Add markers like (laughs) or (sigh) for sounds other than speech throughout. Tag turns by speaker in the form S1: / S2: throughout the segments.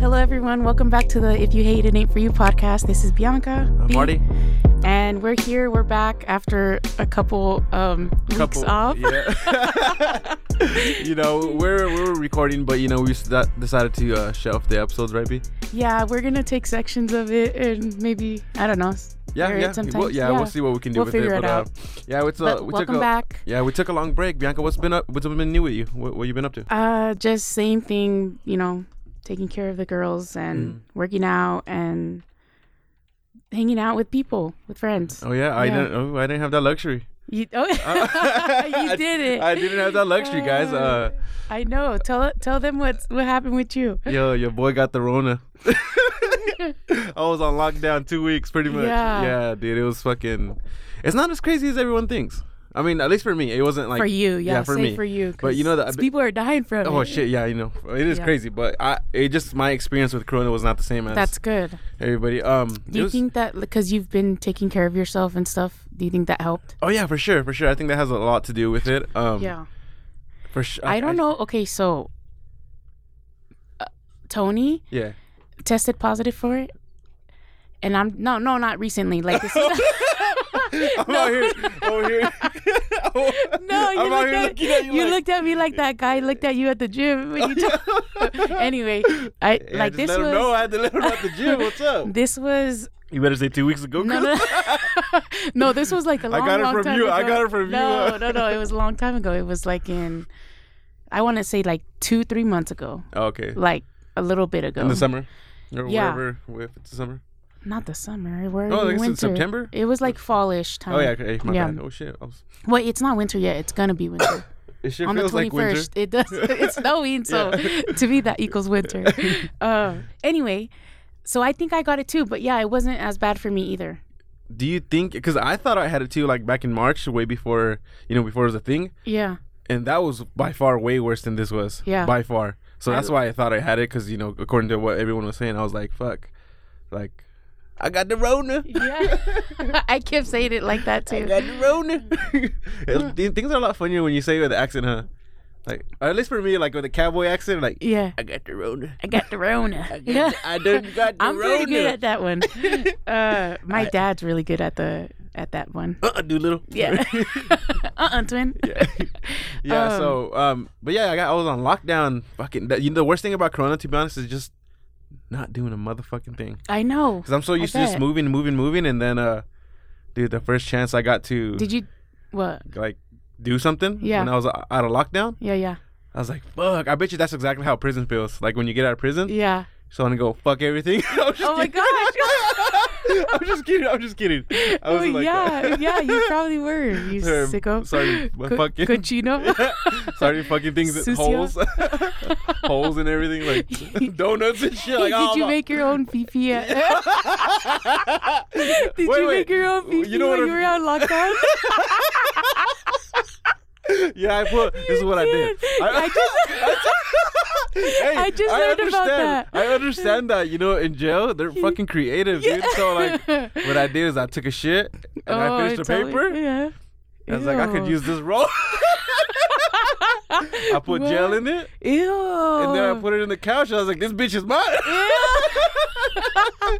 S1: Hello, everyone. Welcome back to the If You Hate It Ain't For You podcast. This is Bianca.
S2: Uh,
S1: B,
S2: Marty,
S1: And we're here. We're back after a couple um, weeks off.
S2: Yeah. (laughs) you know, we're we're recording, but you know, we s- that- decided to uh, shelf the episodes, right, B?
S1: Yeah, we're going to take sections of it and maybe, I don't know. s-
S2: Yeah,
S1: air it
S2: yeah,
S1: sometimes.
S2: we'll, yeah, We'll see what we can do
S1: We'll
S2: with
S1: figure it
S2: but,
S1: out.
S2: Uh, yeah, it's uh,
S1: But
S2: we took
S1: welcome
S2: a
S1: back.
S2: yeah, we took a long break. Bianca, what's been up? What's been new with you? What, what you been up to?
S1: Uh, just same thing, you know, taking care of the girls and
S2: Mm.
S1: working out and hanging out with people, with friends.
S2: Oh yeah, I
S1: yeah.
S2: didn't. Oh, I didn't have that luxry.
S1: You, oh, (laughs) you
S2: (laughs) I-
S1: did it.
S2: I didn't have that luxury, guys. Uh,
S1: I know. Tell tell them what what happened with you.
S2: yo, your boy got
S1: (laughs)
S2: the Rona. (laughs) I was on lockdown two weeks, pretty much.
S1: Yeah.
S2: yeah, dude, it was fucking. It's not as crazy as everyone thinks. I mean, at least for me, it wasn't like
S1: for you, yeah,
S2: for
S1: say
S2: me.
S1: for you.
S2: But you
S1: 'cause
S2: know that-
S1: s- people are dying from it.
S2: Oh shit! Yeah, you know it is
S1: Yeah.
S2: crazy, but I it just my experience with Corona was not the same as
S1: That's good.
S2: everybody. Um, it
S1: Do you
S2: was-
S1: think that because you've been taking care of yourself and stuff, do you think that helped?
S2: Oh yeah, for sure, for sure. I think that has a lot to do with it. Um,
S1: yeah.
S2: for sure.
S1: I, don't know. Okay, so uh, Tony (laughs)
S2: Yeah.
S1: tested positive for it. And I'm no, no, not recently.
S2: (laughs)
S1: Like (laughs) this is
S2: I'm out here. Over here.
S1: (laughs) no, you
S2: (laughs) I'm out
S1: looked,
S2: here
S1: at,
S2: looking at you
S1: you
S2: like-
S1: looked at me like that guy looked at you at the gym
S2: (laughs)
S1: when you talk- (laughs) Anyway, I
S2: Yeah,
S1: like
S2: just
S1: this
S2: let him know
S1: was
S2: I had to let him know at the gym.
S1: (laughs)
S2: What's up?
S1: this was
S2: You better say two weeks ago.
S1: No,
S2: 'cause-
S1: no, no. (laughs) This was like a
S2: I
S1: long,
S2: got it
S1: long
S2: from
S1: time
S2: you.
S1: Ago.
S2: I got it from you. (laughs)
S1: no, No, no, It was a long time ago. It was like in, I want to say like two, three months ago,
S2: Oh,
S1: (laughs)
S2: okay.
S1: like a little bit ago.
S2: In the summer. Or
S1: Yeah.
S2: wherever. where- If it's the summer.
S1: Not the summer. We're
S2: Oh, I
S1: in
S2: guess
S1: winter.
S2: it's September?
S1: It was like fallish time.
S2: Oh yeah. Okay. My
S1: Um, Yeah.
S2: bad. Oh shit. I was-
S1: Wait, it's not winter yet. It's gonna be winter
S2: (coughs) It sure
S1: on the
S2: feels
S1: twenty
S2: like winter.
S1: first. it does. (laughs) It's snowing, so
S2: Yeah.
S1: (laughs) to me that equals
S2: (laughs)
S1: winter. uh, anyway, so I think I got it too. But yeah, it wasn't as bad for me either.
S2: Do you think? Because I thought I had it too, like back in March, way before you know, before it was a thing,
S1: Yeah.
S2: (laughs)
S1: (laughs)
S2: and that was by far way worse than this was.
S1: Yeah.
S2: by far. So that's why I thought I had it, because you know, according to what everyone was saying, I was like, "Fuck," like, I got the Rona.
S1: (laughs) Yeah. I kept saying it like that
S2: (laughs) I
S1: too.
S2: got the Rona. (laughs) It- th- Things are a lot funnier when you say it with the accent, huh? Like, or at least for me, like with a cowboy accent, like,
S1: Yeah.
S2: I got the Rona.
S1: I got the (laughs) Rona.
S2: got
S1: Yeah.
S2: the- I done got the
S1: I'm pretty good
S2: Rona.
S1: at that
S2: (laughs)
S1: one. Uh, my dad's really good at the at that
S2: (laughs)
S1: one.
S2: Uh, uh Doolittle.
S1: Yeah. (laughs) uh-uh, twin.
S2: (laughs) Yeah.
S1: Um,
S2: so, um, but yeah, I got I was on lockdown. Fucking, that, you know, the worst thing about Corona, to be honest, is just not doing a motherfucking thing.
S1: I know.
S2: Cause I'm so used to just
S1: bet.
S2: moving, moving, moving, and then, uh, dude, the first chance I got to
S1: Did you? What?
S2: like do something
S1: Yeah.
S2: when I was uh, out of lockdown,
S1: Yeah, yeah,
S2: I was like, fuck. I bet you that's exactly how prison feels. Like when you get out of prison,
S1: yeah.
S2: so I'm gonna go fuck everything. (laughs) I'm just
S1: Oh my
S2: kidding.
S1: gosh.
S2: I'm just kidding. I'm just kidding. I
S1: Oh
S2: wasn't like
S1: yeah,
S2: (laughs) that.
S1: yeah. You probably were. You
S2: Sorry,
S1: sicko.
S2: sorry, my
S1: Co-
S2: fucking-
S1: cochino.
S2: (laughs) Started fucking things
S1: Sucio.
S2: in holes, (laughs) holes and everything,
S1: (laughs)
S2: like donuts and shit. Like, oh,
S1: Did you
S2: (laughs) my-
S1: make your own pee-pee? (laughs) Did
S2: Did
S1: you make your own pee-pee
S2: You know what?
S1: when you were
S2: I'm-
S1: on
S2: (laughs)
S1: lockdown?
S2: yeah, I put. This is what I did.
S1: did.
S2: (laughs)
S1: I
S2: just. hey,
S1: I just learned about
S2: understand.
S1: that.
S2: I understand that. You know, in jail,
S1: (laughs)
S2: they're fucking creative, dude. So like, what I did is I took a shit
S1: (laughs)
S2: and I finished the
S1: Oh, it's all-
S2: paper.
S1: Yeah.
S2: I was like, I could
S1: Ew.
S2: use this roll. (laughs) I put gel in it,
S1: Ew.
S2: and then
S1: Oh.
S2: I put it in the couch. I was like, this bitch is mine.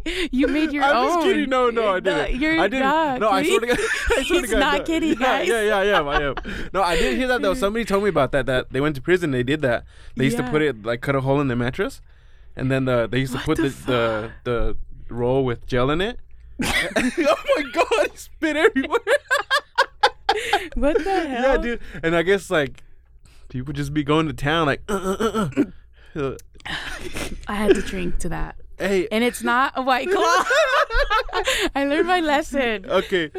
S1: (laughs) you made your
S2: I'm
S1: own.
S2: just kidding. No, no, I didn't.
S1: You're
S2: I didn't.
S1: Not
S2: no, I swear to
S1: kidding. (laughs)
S2: God. (laughs) I swear to
S1: He's
S2: God,
S1: not
S2: no.
S1: kidding,
S2: yeah,
S1: guys.
S2: Yeah, yeah, yeah, I am. No, I did hear that though. Somebody told me about that. That they went to prison. They did that. They used
S1: Yeah.
S2: to put it like cut a hole in the mattress, and then uh, they used to
S1: What
S2: put
S1: the
S2: the the, the roll with gel
S1: (laughs)
S2: in it. (laughs) oh my god! He spit everywhere.
S1: What
S2: (laughs)
S1: the hell?
S2: yeah, dude. And I guess like people just be going to town like. Uh, uh,
S1: (laughs)
S2: uh, uh.
S1: I had to drink to that,
S2: Hey.
S1: and it's not a
S2: (laughs)
S1: white claw. I learned my lesson. (laughs)
S2: okay.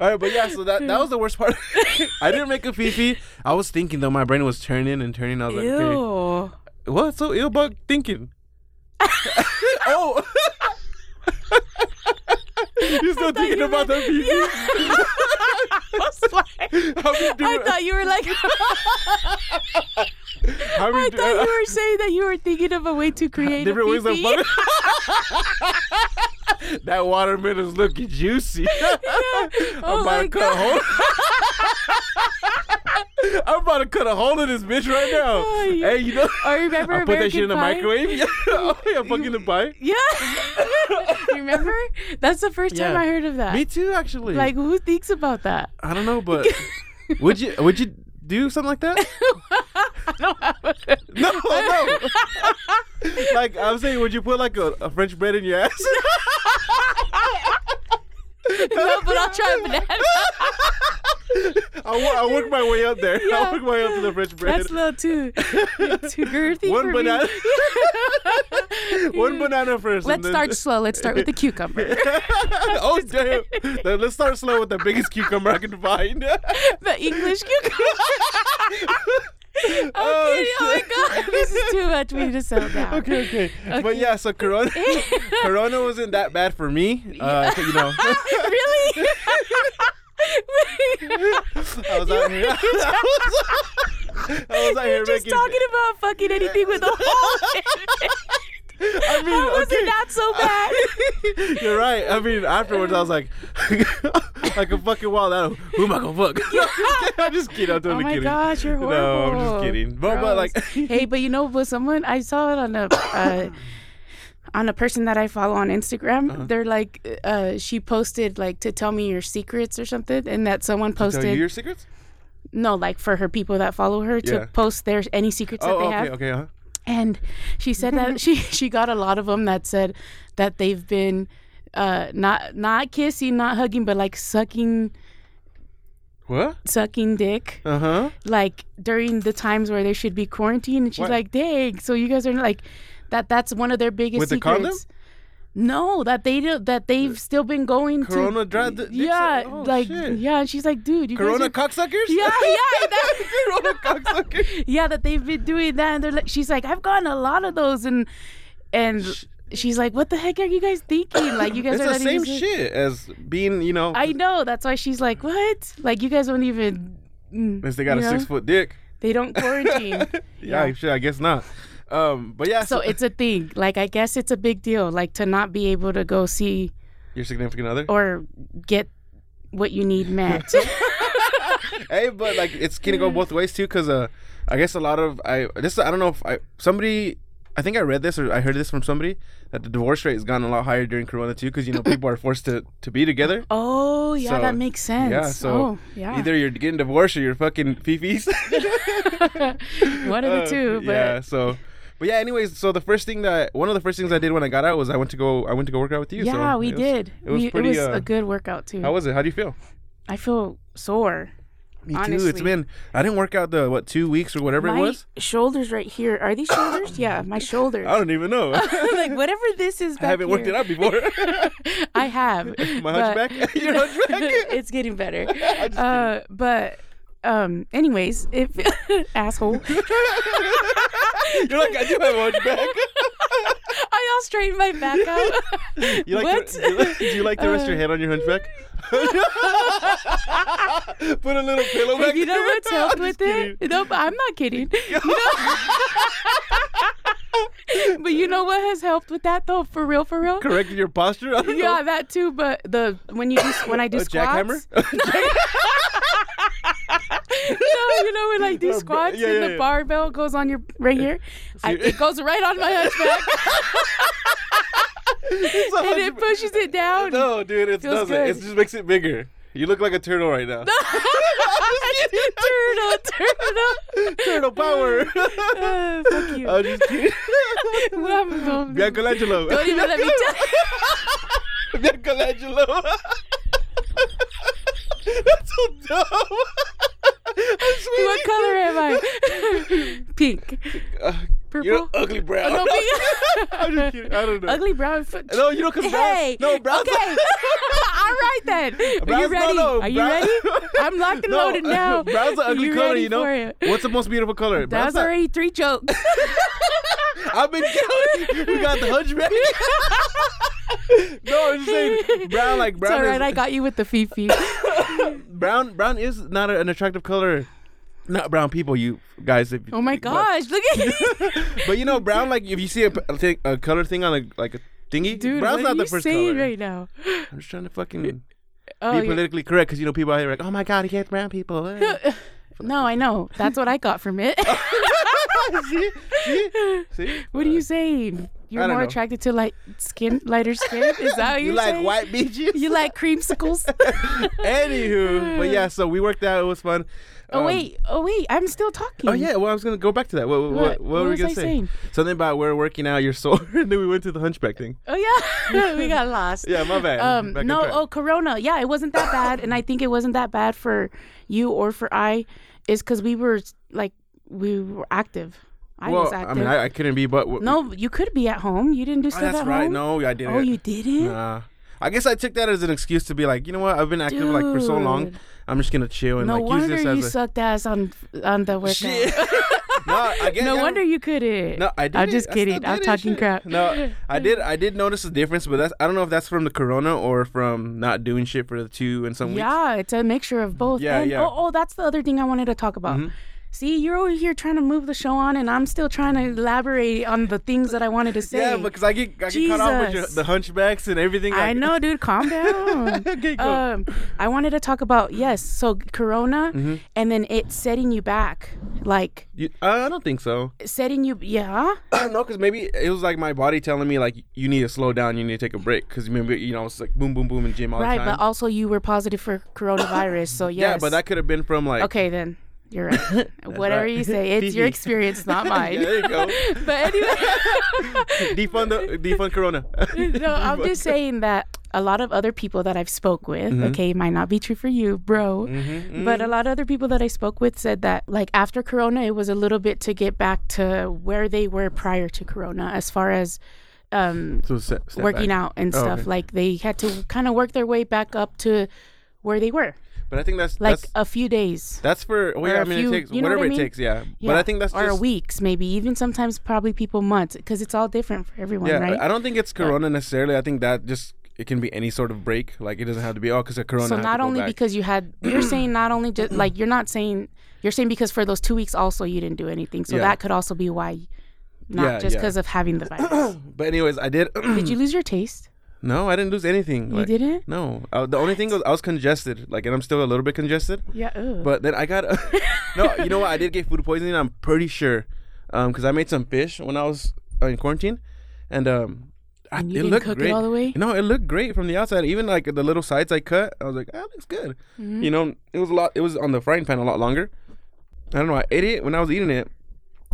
S2: All right, but yeah, so that that was the worst part. (laughs) I didn't make a fifi. I was thinking though, my brain was turning and turning. I was like, okay,
S1: Ew.
S2: what's so ill about thinking?
S1: (laughs)
S2: oh, (laughs) you're still thinking
S1: you
S2: about
S1: (laughs)
S2: the
S1: meant-
S2: fifi.
S1: I was like-
S2: (laughs) How we do?
S1: I thought you were
S2: (laughs)
S1: like.
S2: how we
S1: (laughs) I
S2: do?
S1: thought you were saying that you were thinking of a way
S2: (laughs)
S1: to create
S2: uh, different
S1: a E.
S2: ways of
S1: pee-pee.
S2: butter. (laughs) that watermelon's looking
S1: (laughs)
S2: juicy.
S1: Yeah. Oh
S2: I'm
S1: my
S2: about to cut a hole. (laughs) I'm about to cut a hole in this bitch right
S1: (laughs)
S2: now.
S1: Oh, yeah.
S2: Hey, you know,
S1: Or remember
S2: (laughs) I put that shit in the
S1: American Pie?
S2: microwave. (laughs) Yeah, oh, yeah, fucking the pie.
S1: Yeah. (laughs) you remember? That's the first time
S2: Yeah.
S1: I heard of that.
S2: Me too, actually.
S1: Like, who thinks about that?
S2: I don't
S1: (laughs)
S2: know, but would you would you do something like that?
S1: I don't have
S2: No, no. like I'm saying, would you put like a, a French bread in your ass? (laughs)
S1: no, but I'll try a banana.
S2: I wo- I work my way up there.
S1: Yeah.
S2: I work my way up to the French bread.
S1: That's a little too, too girthy for
S2: One
S1: me. (laughs)
S2: banana. One banana first.
S1: Let's
S2: and then-
S1: start slow. Let's start with
S2: (laughs)
S1: the (laughs) cucumber.
S2: oh damn! Then Let's start slow with the biggest cucumber I can
S1: (laughs)
S2: find.
S1: the English (laughs)
S2: (laughs)
S1: cucumber. I'm kidding.
S2: Oh,
S1: Oh my god, (laughs) this is too much. We need to settle down.
S2: (laughs) okay, okay,
S1: Okay.
S2: But yeah, so Corona,
S1: (laughs)
S2: Corona wasn't that bad for me. Uh, you (laughs) know,
S1: (laughs) really?
S2: I was out (laughs) here. I was out here
S1: You're just
S2: making.
S1: talking about fucking anything with a
S2: (laughs)
S1: hole. in it.
S2: (laughs) I mean,
S1: How was
S2: okay.
S1: it not so
S2: (laughs)
S1: bad?
S2: You're right. I mean, afterwards, I was like, (laughs) like a fucking wild animal. Who am I gonna fuck? No, (laughs) I'm just kidding. I'm
S1: oh
S2: totally
S1: my
S2: kidding.
S1: gosh, you're horrible.
S2: No, I'm just kidding. But, but like,
S1: Gross.
S2: (laughs)
S1: hey, but you know, but someone I saw it on a
S2: (coughs)
S1: uh, on a person that I follow on Instagram.
S2: Uh-huh.
S1: They're like, uh, she posted like to tell me your secrets or something, and that someone
S2: tell you
S1: posted
S2: your secrets?
S1: no, like for her people that follow her to
S2: Yeah.
S1: post their any secrets that
S2: Oh,
S1: they
S2: okay,
S1: have.
S2: okay. Uh-huh.
S1: And she said that she (laughs) she got a lot of them that said that they've been uh not not kissing, not hugging, but like sucking
S2: What?
S1: sucking dick.
S2: Uh huh.
S1: like during the times where they should be quarantined and she's
S2: Why?
S1: like dang so you guys are like that that's one of their biggest
S2: With the
S1: secrets
S2: condom?
S1: no that they do, that they've still been going
S2: Corona
S1: to
S2: dried the- dicks
S1: yeah
S2: up? Oh,
S1: like
S2: shit.
S1: yeah and she's like dude you
S2: Corona
S1: guys are-
S2: cocksuckers?
S1: yeah
S2: (laughs)
S1: yeah that, (laughs)
S2: Corona cocksuckers.
S1: yeah that they've been doing that and they're like she's like i've gotten a lot of those and and she's like what the heck are you guys thinking like you guys
S2: It's
S1: are
S2: the
S1: letting
S2: same
S1: this-
S2: shit as being, you know,
S1: i know that's why she's like what like you guys don't even mm,
S2: unless they got
S1: you know?
S2: a six foot dick.
S1: they don't
S2: (laughs)
S1: quarantine
S2: Yeah, shit, I guess not. Um, but yeah, (laughs)
S1: So it's a thing. Like I guess it's a big deal. Like to not be able to go see
S2: your significant other.
S1: or get what you need
S2: (laughs)
S1: met. (laughs)
S2: hey, but like it's gonna go both ways too, cause uh, I guess a lot of I this I don't know if I somebody I think I read this or I heard this from somebody that the divorce rate has gone a lot higher during Corona too, cause you know people are forced to to be together.
S1: oh yeah,
S2: So,
S1: that (laughs) makes sense.
S2: Yeah, so
S1: oh, yeah.
S2: either you're getting divorced or you're fucking fifis.
S1: (laughs)
S2: Uh,
S1: one of the two. But
S2: yeah, so. But yeah, anyways, so the first thing that one of the first things I did when I got out was I went to go I went to go work out with you. so
S1: Yeah, we
S2: it was-
S1: did.
S2: It was
S1: we,
S2: pretty.
S1: it was
S2: uh,
S1: a good workout too.
S2: How was it? How do you feel?
S1: I feel sore.
S2: Me too. It's
S1: Honestly.
S2: been I didn't work out the what two weeks or whatever
S1: my
S2: it was.
S1: shoulders right here. Are these shoulders? yeah, my shoulders.
S2: I don't even know. I
S1: (laughs) like whatever this is. Back
S2: haven't worked it
S1: here.
S2: out before.
S1: (laughs) I have.
S2: My
S1: but-
S2: (laughs) hunchback.
S1: (laughs)
S2: Your hunchback.
S1: it's getting
S2: (laughs)
S1: better. Uh, but um, anyways, if (laughs) asshole,
S2: (laughs)
S1: (laughs)
S2: You're like I do have
S1: (laughs)
S2: a hunchback.
S1: I all straightened my back
S2: (laughs)
S1: up. (laughs)
S2: You like
S1: what?
S2: To, do you- do you like to rest your head on
S1: (laughs)
S2: your hunchback? Put a little pillow back.
S1: you know
S2: there.
S1: what's
S2: (laughs) I'm
S1: helped
S2: just
S1: with
S2: kidding.
S1: it? No, but I'm not
S2: (laughs)
S1: kidding. You know- (laughs) but you know what has helped with that though? For real, for real.
S2: Correcting your posture. I don't know.
S1: Yeah, that too. But the when you do when
S2: (laughs)
S1: I do
S2: A
S1: squats, (laughs)
S2: jackhammer. (laughs)
S1: no, you know when
S2: (laughs)
S1: like
S2: Yeah,
S1: do
S2: ba-
S1: squats
S2: yeah,
S1: and
S2: yeah,
S1: the
S2: yeah.
S1: barbell goes on your
S2: (laughs)
S1: right here. I,
S2: Ser-
S1: it goes right on my
S2: (laughs)
S1: hunchback
S2: It's a
S1: and it
S2: hunchback.
S1: pushes it down.
S2: No, dude, it
S1: Feels
S2: doesn't.
S1: good.
S2: It just makes it bigger. You look like a turtle
S1: (laughs)
S2: right now. (laughs)
S1: turtle, turtle. (laughs)
S2: turtle power.
S1: Uh, fuck you.
S2: (laughs) I'm just
S1: (laughs)
S2: kidding.
S1: Well, I'm going-
S2: Michelangelo.
S1: Don't
S2: (laughs)
S1: even let me tell
S2: Michelangelo. That's so dumb. I swear
S1: What
S2: to
S1: color am I? Pink. (laughs)
S2: God. (laughs) Uh, You're
S1: Purple.
S2: ugly brown.
S1: Oh, no, pink.
S2: (laughs) I'm just kidding. I don't know.
S1: Ugly brown foot.
S2: No, you don't come
S1: Hey.
S2: brown. No, brown.
S1: Okay. All right then. (laughs) Are
S2: Brown's-
S1: you
S2: no,
S1: ready?
S2: no,
S1: Are you
S2: brown-
S1: ready? I'm locked and
S2: (laughs) No,
S1: loaded now.
S2: Brown's an ugly
S1: you
S2: color,
S1: ready
S2: you know.
S1: For it?
S2: What's the most beautiful color?
S1: That
S2: Brown's
S1: was
S2: not-
S1: already three jokes.
S2: I've been counting. We got the hunchback. (laughs) no, I'm just saying brown like
S1: it's
S2: brown.
S1: all
S2: is,
S1: right. I got you with the Fifi.
S2: brown. Brown is not a- an attractive color. Not brown people, you guys. If,
S1: Oh my
S2: but-
S1: gosh! Look at
S2: (laughs) But you know, brown like if you see a, p- a thing- a color thing on a like a thingy,
S1: dude. what
S2: brown's not
S1: are
S2: the
S1: you
S2: first
S1: saying
S2: color.
S1: right now?
S2: I'm just trying to fucking
S1: Oh,
S2: be
S1: yeah. (laughs)
S2: politically correct because you know people out here are like, oh my god, he hates brown people. eh."
S1: No, I know. That's what I got from
S2: (laughs)
S1: it. (laughs)
S2: see, see, see.
S1: what are you saying? You're
S2: I don't
S1: more
S2: know.
S1: attracted to light skin, lighter skin. Is that what
S2: You
S1: you're
S2: like
S1: saying?
S2: white bee juice?
S1: (laughs) You like creamsicles?
S2: (laughs) Anywho, but yeah, so we worked out. It was fun.
S1: oh
S2: Um,
S1: wait, oh wait, I'm still talking.
S2: Oh yeah. Well, I was gonna go back to that. What, what, what,
S1: What- what
S2: were we
S1: was
S2: gonna
S1: I
S2: say?
S1: saying?
S2: Something about we're working out (laughs) your soul, and then we went to the hunchback thing.
S1: Oh yeah, (laughs) we got lost.
S2: (laughs) Yeah, my bad.
S1: Um,
S2: Back on
S1: no,
S2: track.
S1: oh, Corona. Yeah, it wasn't that bad, and I think it wasn't that bad for you or for I, is because we were like we were active. I
S2: well,
S1: was active.
S2: I mean, I, I couldn't be, but w-
S1: no, you could be at home. You didn't do
S2: Oh,
S1: stuff
S2: that's
S1: at
S2: right.
S1: home.
S2: No, I didn't.
S1: Oh, you didn't.
S2: Nah. I guess I took that as an excuse to be like, you know what? I've been active like for so long.
S1: Dude.
S2: I'm just gonna chill and
S1: No
S2: like use
S1: wonder
S2: this
S1: you
S2: (laughs) as a.
S1: sucked ass on on the workout.
S2: Shit. (laughs) no, I get,
S1: No
S2: yeah.
S1: wonder you couldn't.
S2: No, I did.
S1: I'm just kidding. I'm talking crap.
S2: No, I did. I did notice a difference, but that's I don't know if that's from the corona or from not doing shit for the two and some weeks.
S1: Yeah, it's a mixture of both.
S2: Yeah,
S1: and,
S2: yeah. Mm-hmm.
S1: Oh, oh, that's the other thing I wanted to talk about. See, you're over here trying to move the show on, and I'm still trying to elaborate on the things that I wanted to say.
S2: (laughs) Yeah, because I get I get caught off with your,
S1: Jesus.
S2: the hunchbacks and everything.
S1: I
S2: like-
S1: know, dude. Calm down.
S2: (laughs) okay, cool.
S1: um, I wanted to talk about yes, so Corona,
S2: Mm-hmm.
S1: and then it setting you back, like
S2: You- I don't think so.
S1: setting you. Yeah,
S2: no, because maybe it was like my body telling me like you need to slow down, you need to take a break, because remember you know it's like boom, boom, boom in gym all
S1: right.
S2: the time.
S1: But also, you were positive for coronavirus, so yes.
S2: (coughs) Yeah, but that could have been from like
S1: Okay, then you're
S2: (laughs)
S1: right. Whatever
S2: right.
S1: you say, it's
S2: (laughs)
S1: your
S2: Fifi.
S1: experience, not mine.
S2: Yeah, there you go.
S1: (laughs) but
S2: (laughs)
S1: anyway.
S2: defund the defund
S1: (laughs)
S2: Corona.
S1: no, I'm just saying that a lot of other people that I've spoke with,
S2: Mm-hmm.
S1: okay, it might not be true for you, bro, but a lot of other people that I spoke with said that like after Corona, it was a little bit to get back to where they were prior to Corona, as far as um,
S2: so step, step
S1: working
S2: back.
S1: out and
S2: Oh,
S1: stuff.
S2: okay.
S1: Like they had to kind of work their way back up to where they were,
S2: But I think that's
S1: like
S2: that's,
S1: a few days.
S2: that's for well, yeah.
S1: or
S2: I
S1: a
S2: mean,
S1: few-
S2: it takes
S1: you know what
S2: whatever
S1: I
S2: it
S1: mean?
S2: takes. Yeah. But
S1: Yeah,
S2: I think that's
S1: or
S2: just
S1: weeks, maybe even sometimes probably people months, because it's all different for everyone,
S2: yeah.
S1: right?
S2: I don't think it's Corona necessarily. I think that just it can be any sort of break. Like it doesn't have to be oh because of Corona. I
S1: So
S2: have to
S1: not
S2: go
S1: only
S2: back.
S1: because you had, you're
S2: (clears throat)
S1: saying not only just like you're not saying you're saying because for those two weeks also you didn't do anything. So
S2: Yeah.
S1: that could also be why, not
S2: Yeah,
S1: just
S2: yeah.
S1: because of having the
S2: (clears throat)
S1: virus.
S2: But anyways, I did.
S1: Did you lose your taste?
S2: (clears throat) no, I didn't lose anything.
S1: You didn't?
S2: No. I, the only thing was I was congested. Like, and I'm still a little bit congested.
S1: Yeah. Ew.
S2: (laughs) But then I got no. You know what? I did get food poisoning. I'm pretty sure, um, because I made some fish when I was uh, in quarantine, and um, I,
S1: And you
S2: it
S1: didn't
S2: looked
S1: cook it
S2: great.
S1: all the way?
S2: No, it looked great from the outside. Even like the little sides I cut, I was like, ah, it looks good.
S1: Mm-hmm.
S2: You know, it was a lot. It was on the frying pan a lot longer. I don't know. I ate it when I was eating it.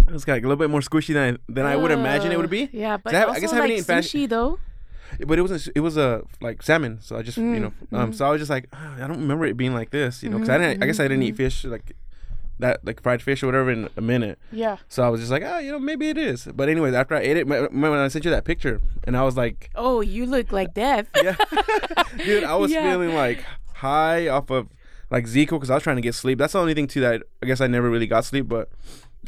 S2: It was like a little bit more squishy than I, than I would imagine it would be.
S1: Uh, Yeah, but
S2: I have- I
S1: also
S2: guess I haven't
S1: like
S2: eaten fast-
S1: sushi though.
S2: But it wasn't. It was a like salmon. So I just you know.
S1: Mm,
S2: Um. So I was just like, "Ah, I don't remember it being like this. You know, because I
S1: Mm-hmm,
S2: didn't. I guess I didn't eat fish like that, like fried fish or whatever, in a minute.
S1: Yeah.
S2: So I was just like, oh, you know, maybe it is. But anyways, after I ate it, remember when I sent you that picture, and I was like, (laughs)
S1: Oh, you look like death.
S2: yeah, dude, I
S1: (laughs)
S2: was
S1: Yeah.
S2: feeling like high off of like Zico because I was trying to get sleep. That's the only thing too that I guess I never really got sleep, but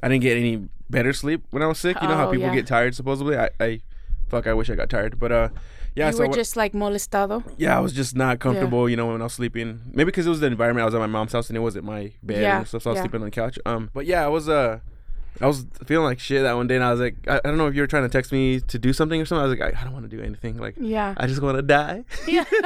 S2: I didn't get any better sleep when I was sick. You know how
S1: Oh,
S2: people
S1: yeah.
S2: get tired supposedly. I, I, fuck, I wish I got tired, but uh, yeah.
S1: you
S2: so
S1: were
S2: what-
S1: just like molestado.
S2: yeah, I was just not comfortable, you know, when I was sleeping. Maybe because it was the environment. I was at my mom's house and it wasn't my bed
S1: Yeah,
S2: and stuff, so I was
S1: yeah.
S2: sleeping on the couch. Um, but yeah, I was uh, I was feeling like shit that one day, and I was like, I, I don't know if you were trying to text me to do something or something. I was like, I, I don't want to do anything. Like,
S1: Yeah.
S2: I just want to die.
S1: (laughs)
S2: (laughs)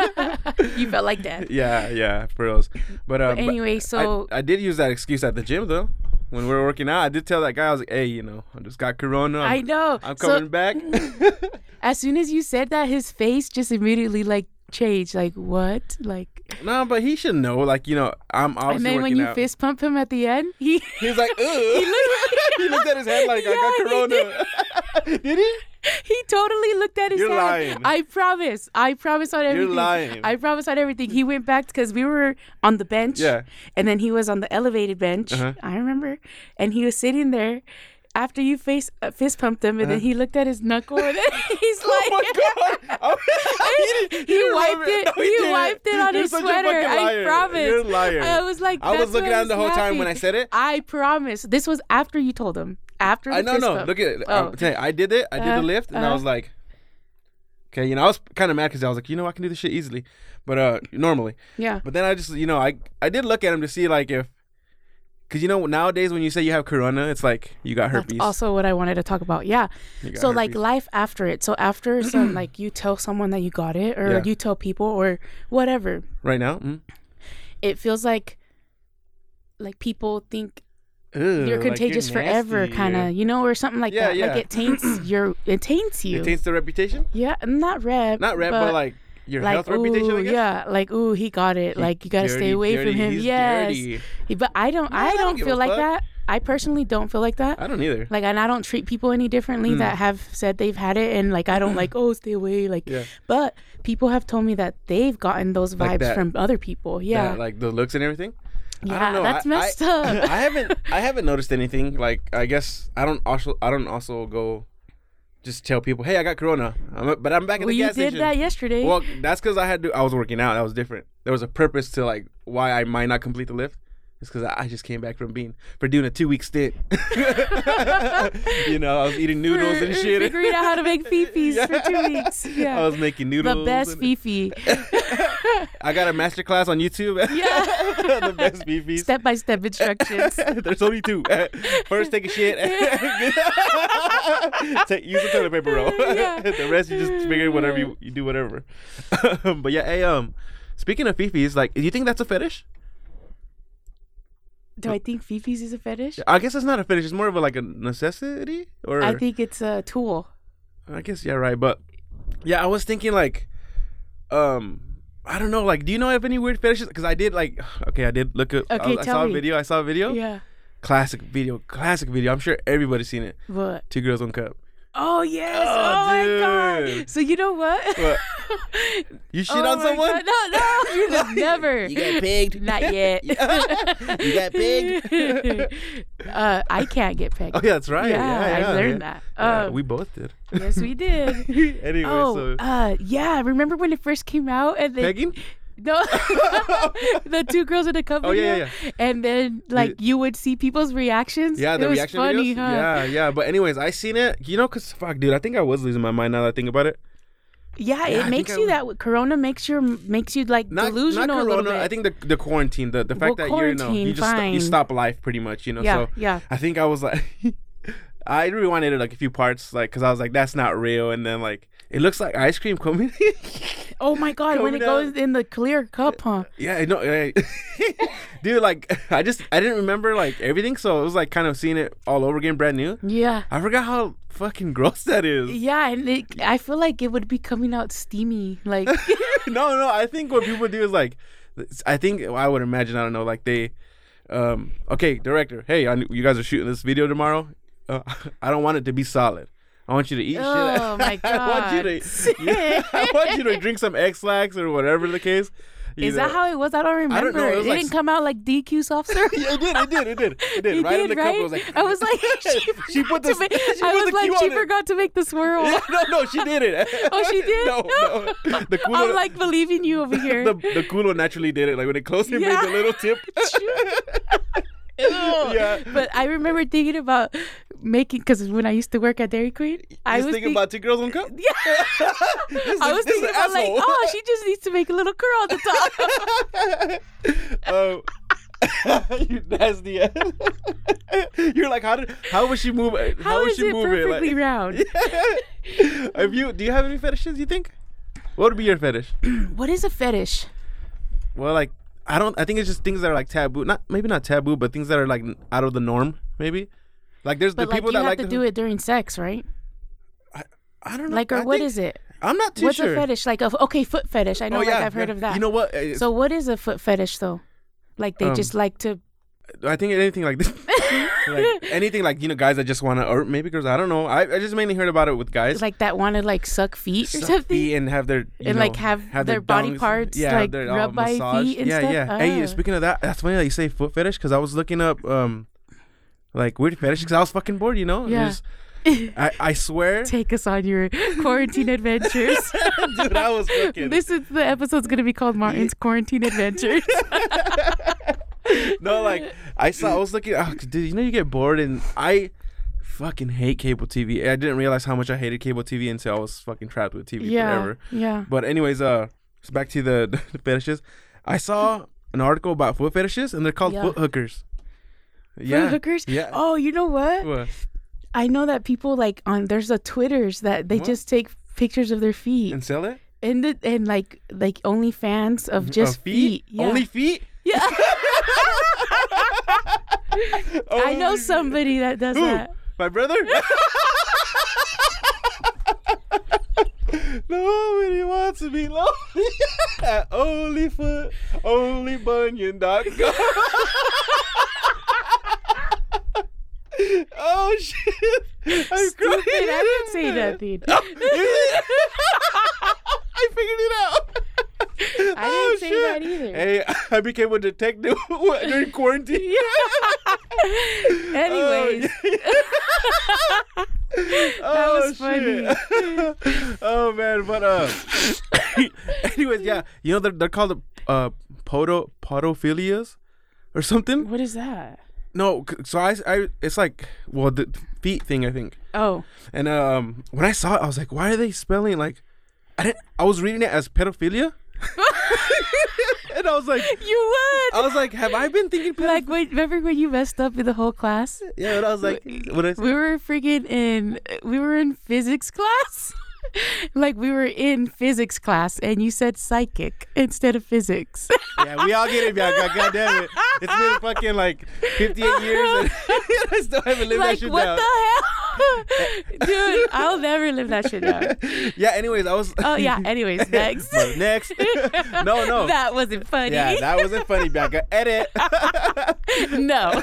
S1: you felt like death.
S2: yeah, yeah, for reals. But, um, but
S1: Anyway,
S2: I-
S1: so
S2: I, did use that excuse at the gym though. When we were working out, I did tell that guy I was like, "Hey, you know, I just got corona.
S1: I,
S2: I'm,
S1: know.
S2: I'm
S1: So- (laughs)
S2: coming back." (laughs)
S1: As soon as you said that, his face just immediately like changed. Like what? Like
S2: no, but he should know. Like, you know, I'm obviously
S1: and then when
S2: working
S1: you
S2: out.
S1: fist pump him at the end, he
S2: He was like, ugh. (laughs) he, looked, at his hand like,
S1: Yeah, he
S2: I got corona. (laughs) did he?
S1: (laughs) he totally looked at his
S2: You're
S1: hand.
S2: lying.
S1: I promise. I promise on everything.
S2: lying.
S1: I promise on everything. He went back because we were on the bench.
S2: Yeah. Uh-huh.
S1: And then he was on the elevated bench. I remember. And he was sitting there. After you face, uh, fist pumped him, and then he looked at his knuckle, and then (laughs) he's like,
S2: Uh-huh. Oh
S1: (laughs)
S2: my god. (laughs) he didn't-
S1: He
S2: didn't
S1: wiped
S2: remember-
S1: it-
S2: No,
S1: he
S2: didn't.
S1: wiped it on
S2: You're
S1: his
S2: such a
S1: sweater,
S2: fucking
S1: I
S2: liar.
S1: promise.
S2: You're a liar.
S1: I was like,
S2: I was
S1: "That's
S2: looking
S1: what
S2: at him the whole
S1: he's
S2: time when I
S1: laughing."
S2: said it.
S1: I promise." This was after you told him. After the
S2: I no
S1: fist
S2: no.
S1: pump.
S2: Look at it.
S1: Oh.
S2: I'm telling you, I did it. I did
S1: Uh-huh,
S2: the lift, and I
S1: uh-huh.
S2: was like, okay, you know, I was kind of mad because I was like, you know, I can do this shit easily, but uh, normally.
S1: yeah.
S2: But then I just, you know, I I did look at him to see like if, because you know nowadays when you say you have corona, it's like you got herpes.
S1: That's also what I wanted to talk about. Yeah.
S2: You got
S1: So like
S2: herpes.
S1: life after it. So after some
S2: (clears throat)
S1: like you tell someone that you got it or
S2: Yeah.
S1: you
S2: Mm-hmm.
S1: tell people or whatever,
S2: right now. Mm.
S1: it feels like like people think
S2: Ew,
S1: you're
S2: like,
S1: contagious forever,
S2: nasty.
S1: kind of, you know, or something like
S2: Yeah,
S1: that. Like
S2: yeah.
S1: it
S2: (clears throat)
S1: taints your, it taints you.
S2: It taints the reputation.
S1: yeah, not rep.
S2: Not rep, but, like your health reputation.
S1: ooh,
S2: I guess.
S1: yeah, like ooh, he got it. like you gotta
S2: Dirty,
S1: stay away
S2: dirty,
S1: from him.
S2: he's
S1: yes,
S2: dirty.
S1: but I don't,
S2: I
S1: I
S2: don't
S1: don't
S2: give
S1: feel
S2: a
S1: like
S2: fuck.
S1: that. I personally don't feel like that.
S2: I Hmm. don't either.
S1: Like, and I don't treat people any differently that have said they've had it, and like I don't
S2: (laughs)
S1: like, oh, stay away. Like,
S2: Yeah.
S1: but people have told me that they've gotten those vibes
S2: Like that-
S1: from other people. Yeah,
S2: That, like the looks and everything. I
S1: yeah,
S2: don't know.
S1: that's
S2: I-
S1: messed
S2: I,
S1: up.
S2: (laughs) I
S1: (laughs)
S2: haven't I haven't noticed anything. Like I guess I don't also I don't also go just tell people, hey, I got corona, I'm, but I'm back in
S1: well,
S2: the
S1: you
S2: gas
S1: did
S2: station.
S1: that yesterday. (laughs)
S2: Well, that's because I had to. I was working out. That was different. There was a purpose to like why I might not complete the lift. It's because I, I just came back from being for doing a two week stint. (laughs) you know, I was eating noodles
S1: For
S2: and shit.
S1: Figuring out how to
S2: (laughs)
S1: make fifis for two weeks. Yeah.
S2: I was making noodles.
S1: the best
S2: and-
S1: fifi,
S2: (laughs) I got a master class on YouTube.
S1: Yeah.
S2: (laughs) the best
S1: (laughs)
S2: beefies.
S1: step by
S2: (laughs)
S1: step instructions.
S2: There's only two. (laughs) First, take a
S1: (laughs)
S2: shit. (laughs) take, use the toilet paper roll.
S1: (laughs) Yeah.
S2: (laughs) the rest, you just figure whatever you, you do, whatever. (laughs) but yeah, hey, um, speaking of fifis, like, do you think that's a fetish?
S1: Do I think fifis is a fetish?
S2: I guess it's not a fetish. It's more of a, like a necessity, or
S1: I think it's a tool.
S2: I guess yeah, right. But yeah, I was thinking like, um, I don't know. Like, do you know of any weird fetishes? Because I did like, (sighs) okay, I did look up.
S1: Okay,
S2: I,
S1: tell
S2: I saw
S1: me.
S2: a video. I saw a video.
S1: Yeah.
S2: Classic video. Classic video. I'm sure everybody's seen it.
S1: But
S2: Two girls, one cup.
S1: oh yes,
S2: Oh,
S1: oh, my god.
S2: dude.
S1: So you know what? (laughs)
S2: What? You shit
S1: Oh
S2: on
S1: my
S2: someone?
S1: God. No, (laughs)
S2: (laughs)
S1: no, you just never. (laughs)
S2: pegged.
S1: Not
S2: (laughs)
S1: yet.
S2: You got pegged?
S1: (laughs) uh, I can't get pegged.
S2: (laughs) oh yeah, that's right. Yeah,
S1: Yeah, I
S2: yeah,
S1: learned
S2: yeah.
S1: that.
S2: Yeah,
S1: Um,
S2: we both did.
S1: Yes,
S2: (laughs)
S1: we did.
S2: anyway,
S1: oh,
S2: so
S1: uh, yeah. Remember when it first came out and they
S2: pegging. (laughs)
S1: No, the two girls in a cup.
S2: Oh, yeah,
S1: video, And then like you would see people's reactions.
S2: Yeah, the
S1: it was
S2: reaction
S1: funny,
S2: videos.
S1: huh?
S2: Yeah, yeah. But anyways, I seen it. You know, cause fuck, dude, I think I was losing my mind now that I think about it.
S1: Yeah,
S2: Yeah, I
S1: it
S2: think
S1: makes
S2: I
S1: you
S2: was-
S1: that w- Corona makes your makes you like
S2: Not,
S1: delusional
S2: not
S1: a little
S2: corona.
S1: bit.
S2: I think the the quarantine, the the
S1: Well,
S2: fact that you're you know
S1: quarantine,
S2: you just sto-
S1: fine.
S2: you stop life pretty much. You know,
S1: yeah,
S2: so
S1: yeah.
S2: I think I was like, (laughs) I rewinded it like a few parts, like because I was like, that's not real, and then like it looks like ice cream coming.
S1: Oh my god, when it
S2: Corona.
S1: goes in the clear cup, huh?
S2: (laughs) Yeah, I know, eh. (laughs) dude. Like, I just I didn't remember like everything, so it was like kind of seeing it all over again, brand new.
S1: Yeah.
S2: I forgot how fucking gross that is.
S1: Yeah, and it, I feel like it would be coming out steamy.
S2: (laughs)
S1: Like,
S2: no, no. I think what people do is like, I think I would imagine. I don't know. Like they, um, okay, director. Hey, I, kn- you guys are shooting this video tomorrow. Uh, (laughs) I don't want it to be solid. I want you to eat shit. (laughs)
S1: Oh, my
S2: I want
S1: God.
S2: you (laughs) to. I want you to drink some X-Lax or whatever the case.
S1: (laughs)
S2: You
S1: is that
S2: know.
S1: how it was? I don't remember.
S2: I don't know, it was
S1: It,
S2: like
S1: didn't
S2: s-
S1: come out like DQ soft serve.
S2: (laughs) Yeah, it did. It did. It did. It did.
S1: It
S2: right in the cup. It was like,
S1: I was like, (laughs) she,
S2: (laughs) She
S1: forgot
S2: put the-
S1: to make,
S2: she
S1: I
S2: put
S1: was
S2: the
S1: like,
S2: cue
S1: she
S2: on it.
S1: forgot to make the swirl.
S2: Yeah, (laughs) no, no, she did it.
S1: Oh, she did?
S2: (laughs) No, no. The
S1: (laughs)
S2: culo,
S1: I'm like believing you over here.
S2: (laughs) the, the culo naturally did it. Like when it closed, it
S1: Yeah.
S2: made the little tip.
S1: (laughs)
S2: (laughs) Yeah.
S1: But I remember thinking about making because when I used to work at Dairy Queen, I
S2: I
S1: was
S2: was thinking
S1: think-
S2: about two girls, one cup.
S1: (laughs) yeah,
S2: (laughs) This
S1: I
S2: is-
S1: was
S2: this is
S1: thinking
S2: an
S1: about like,
S2: asshole.
S1: oh, she just needs to make a little curl at the
S2: (laughs)
S1: top.
S2: Oh. (laughs) you nasty ass. (laughs) You're like, how did? How would she move? uh, How,
S1: How
S2: would
S1: is
S2: she
S1: it
S2: move it?
S1: perfectly
S2: (laughs) Like,
S1: round?
S2: have you? Do you have any fetishes? You think? What would be your fetish?
S1: What is a fetish?
S2: Well, like I don't. I think it's just things that are like taboo. Not maybe not taboo, but things that are like n- out of the norm. Maybe. Like there's
S1: But
S2: the
S1: like you
S2: people that
S1: have
S2: like
S1: to do it during sex, right?
S2: I don't know.
S1: Like, or
S2: I
S1: what
S2: think-
S1: is it?
S2: I'm not too
S1: What's
S2: sure.
S1: a fetish? Like, a, okay, foot fetish. I know,
S2: Oh
S1: like
S2: yeah,
S1: I've heard
S2: yeah.
S1: of that.
S2: You know what? Uh,
S1: so what is a foot fetish though? Like they
S2: Um,
S1: just like to
S2: I think anything
S1: (laughs)
S2: like this, (laughs) like anything like you know, guys that just want to, or maybe girls. I don't know. I, I just mainly heard about it with guys.
S1: like that want to like suck feet or
S2: suck
S1: something.
S2: feet and have their you
S1: And, like,
S2: know,
S1: have their body
S2: dongs-
S1: parts,
S2: yeah,
S1: like,
S2: they're all
S1: rubbed by
S2: massaged.
S1: feet and
S2: yeah
S1: stuff?
S2: yeah hey
S1: Ah.
S2: speaking of that that's funny that you say foot fetish because i was looking up um like weird fetish because i was fucking bored you know
S1: Yeah.
S2: Just- I, I
S1: (laughs)
S2: swear
S1: Take us on your quarantine
S2: (laughs)
S1: adventures.
S2: dude i (laughs) was fucking
S1: this is the episode's gonna be called Martin's Quarantine Adventures.
S2: (laughs) no like i saw i was looking oh, dude you know you get bored and i fucking hate cable tv i didn't realize how much i hated cable tv until i was fucking trapped with tv
S1: yeah,
S2: forever
S1: yeah.
S2: But anyways, uh, so back to the, (laughs) the fetishes. I saw an article about foot fetishes, and they're called
S1: Yeah.
S2: foot hookers.
S1: Foot
S2: Yeah,
S1: hookers.
S2: Yeah.
S1: Oh, you know what?
S2: What?
S1: I know that people like on there's a Twitters that they
S2: What?
S1: just take pictures of their feet
S2: And sell it?
S1: and the, and like like only fans of just
S2: Of feet?
S1: (laughs) Yeah.
S2: Only feet?
S1: yeah. I
S2: Oh,
S1: know somebody that does
S2: Who?
S1: that. (laughs)
S2: My brother? Nobody wants to be lonely (laughs) at onlyfoot, onlybunion.com. (laughs) oh shit! I'm crying. Oh,
S1: Stupid, I didn't say nothing.
S2: (laughs) I figured it out. Oh,
S1: I didn't say that either.
S2: Hey, (laughs) I became a detective (laughs) during quarantine.
S1: Anyways,
S2: (laughs) Oh,
S1: was
S2: shit. oh man, but uh, anyways, yeah, you know they're they're called uh podo podophilias or something.
S1: what is that?
S2: No, c- so I I it's like well the feet thing I think. (laughs)
S1: Oh, (laughs)
S2: And um, when I saw it, I was like, why are they spelling like? I didn't. I was reading it as pedophilia, and I was like,
S1: you
S2: I
S1: would.
S2: was like, have I been thinking? Pedo-
S1: Like, wait, remember when you messed up with the whole class?
S2: yeah, and I was like, what I
S1: We were freaking in. We were in physics class. (laughs) like we were in physics class, and you said psychic instead of physics. (laughs)
S2: Yeah, we all get it, Bianca. God damn it. It's been fucking like 58 years and (laughs) I still haven't lived that
S1: like
S2: shit
S1: what
S2: down.
S1: the hell, (laughs) dude? I'll never live that shit down.
S2: (laughs) yeah, anyways, I was.
S1: Oh yeah. Anyways, next.
S2: But next.
S1: (laughs)
S2: no, no.
S1: That wasn't funny.
S2: (laughs) yeah, that wasn't funny, Bianca. Edit. (laughs)
S1: (laughs) no.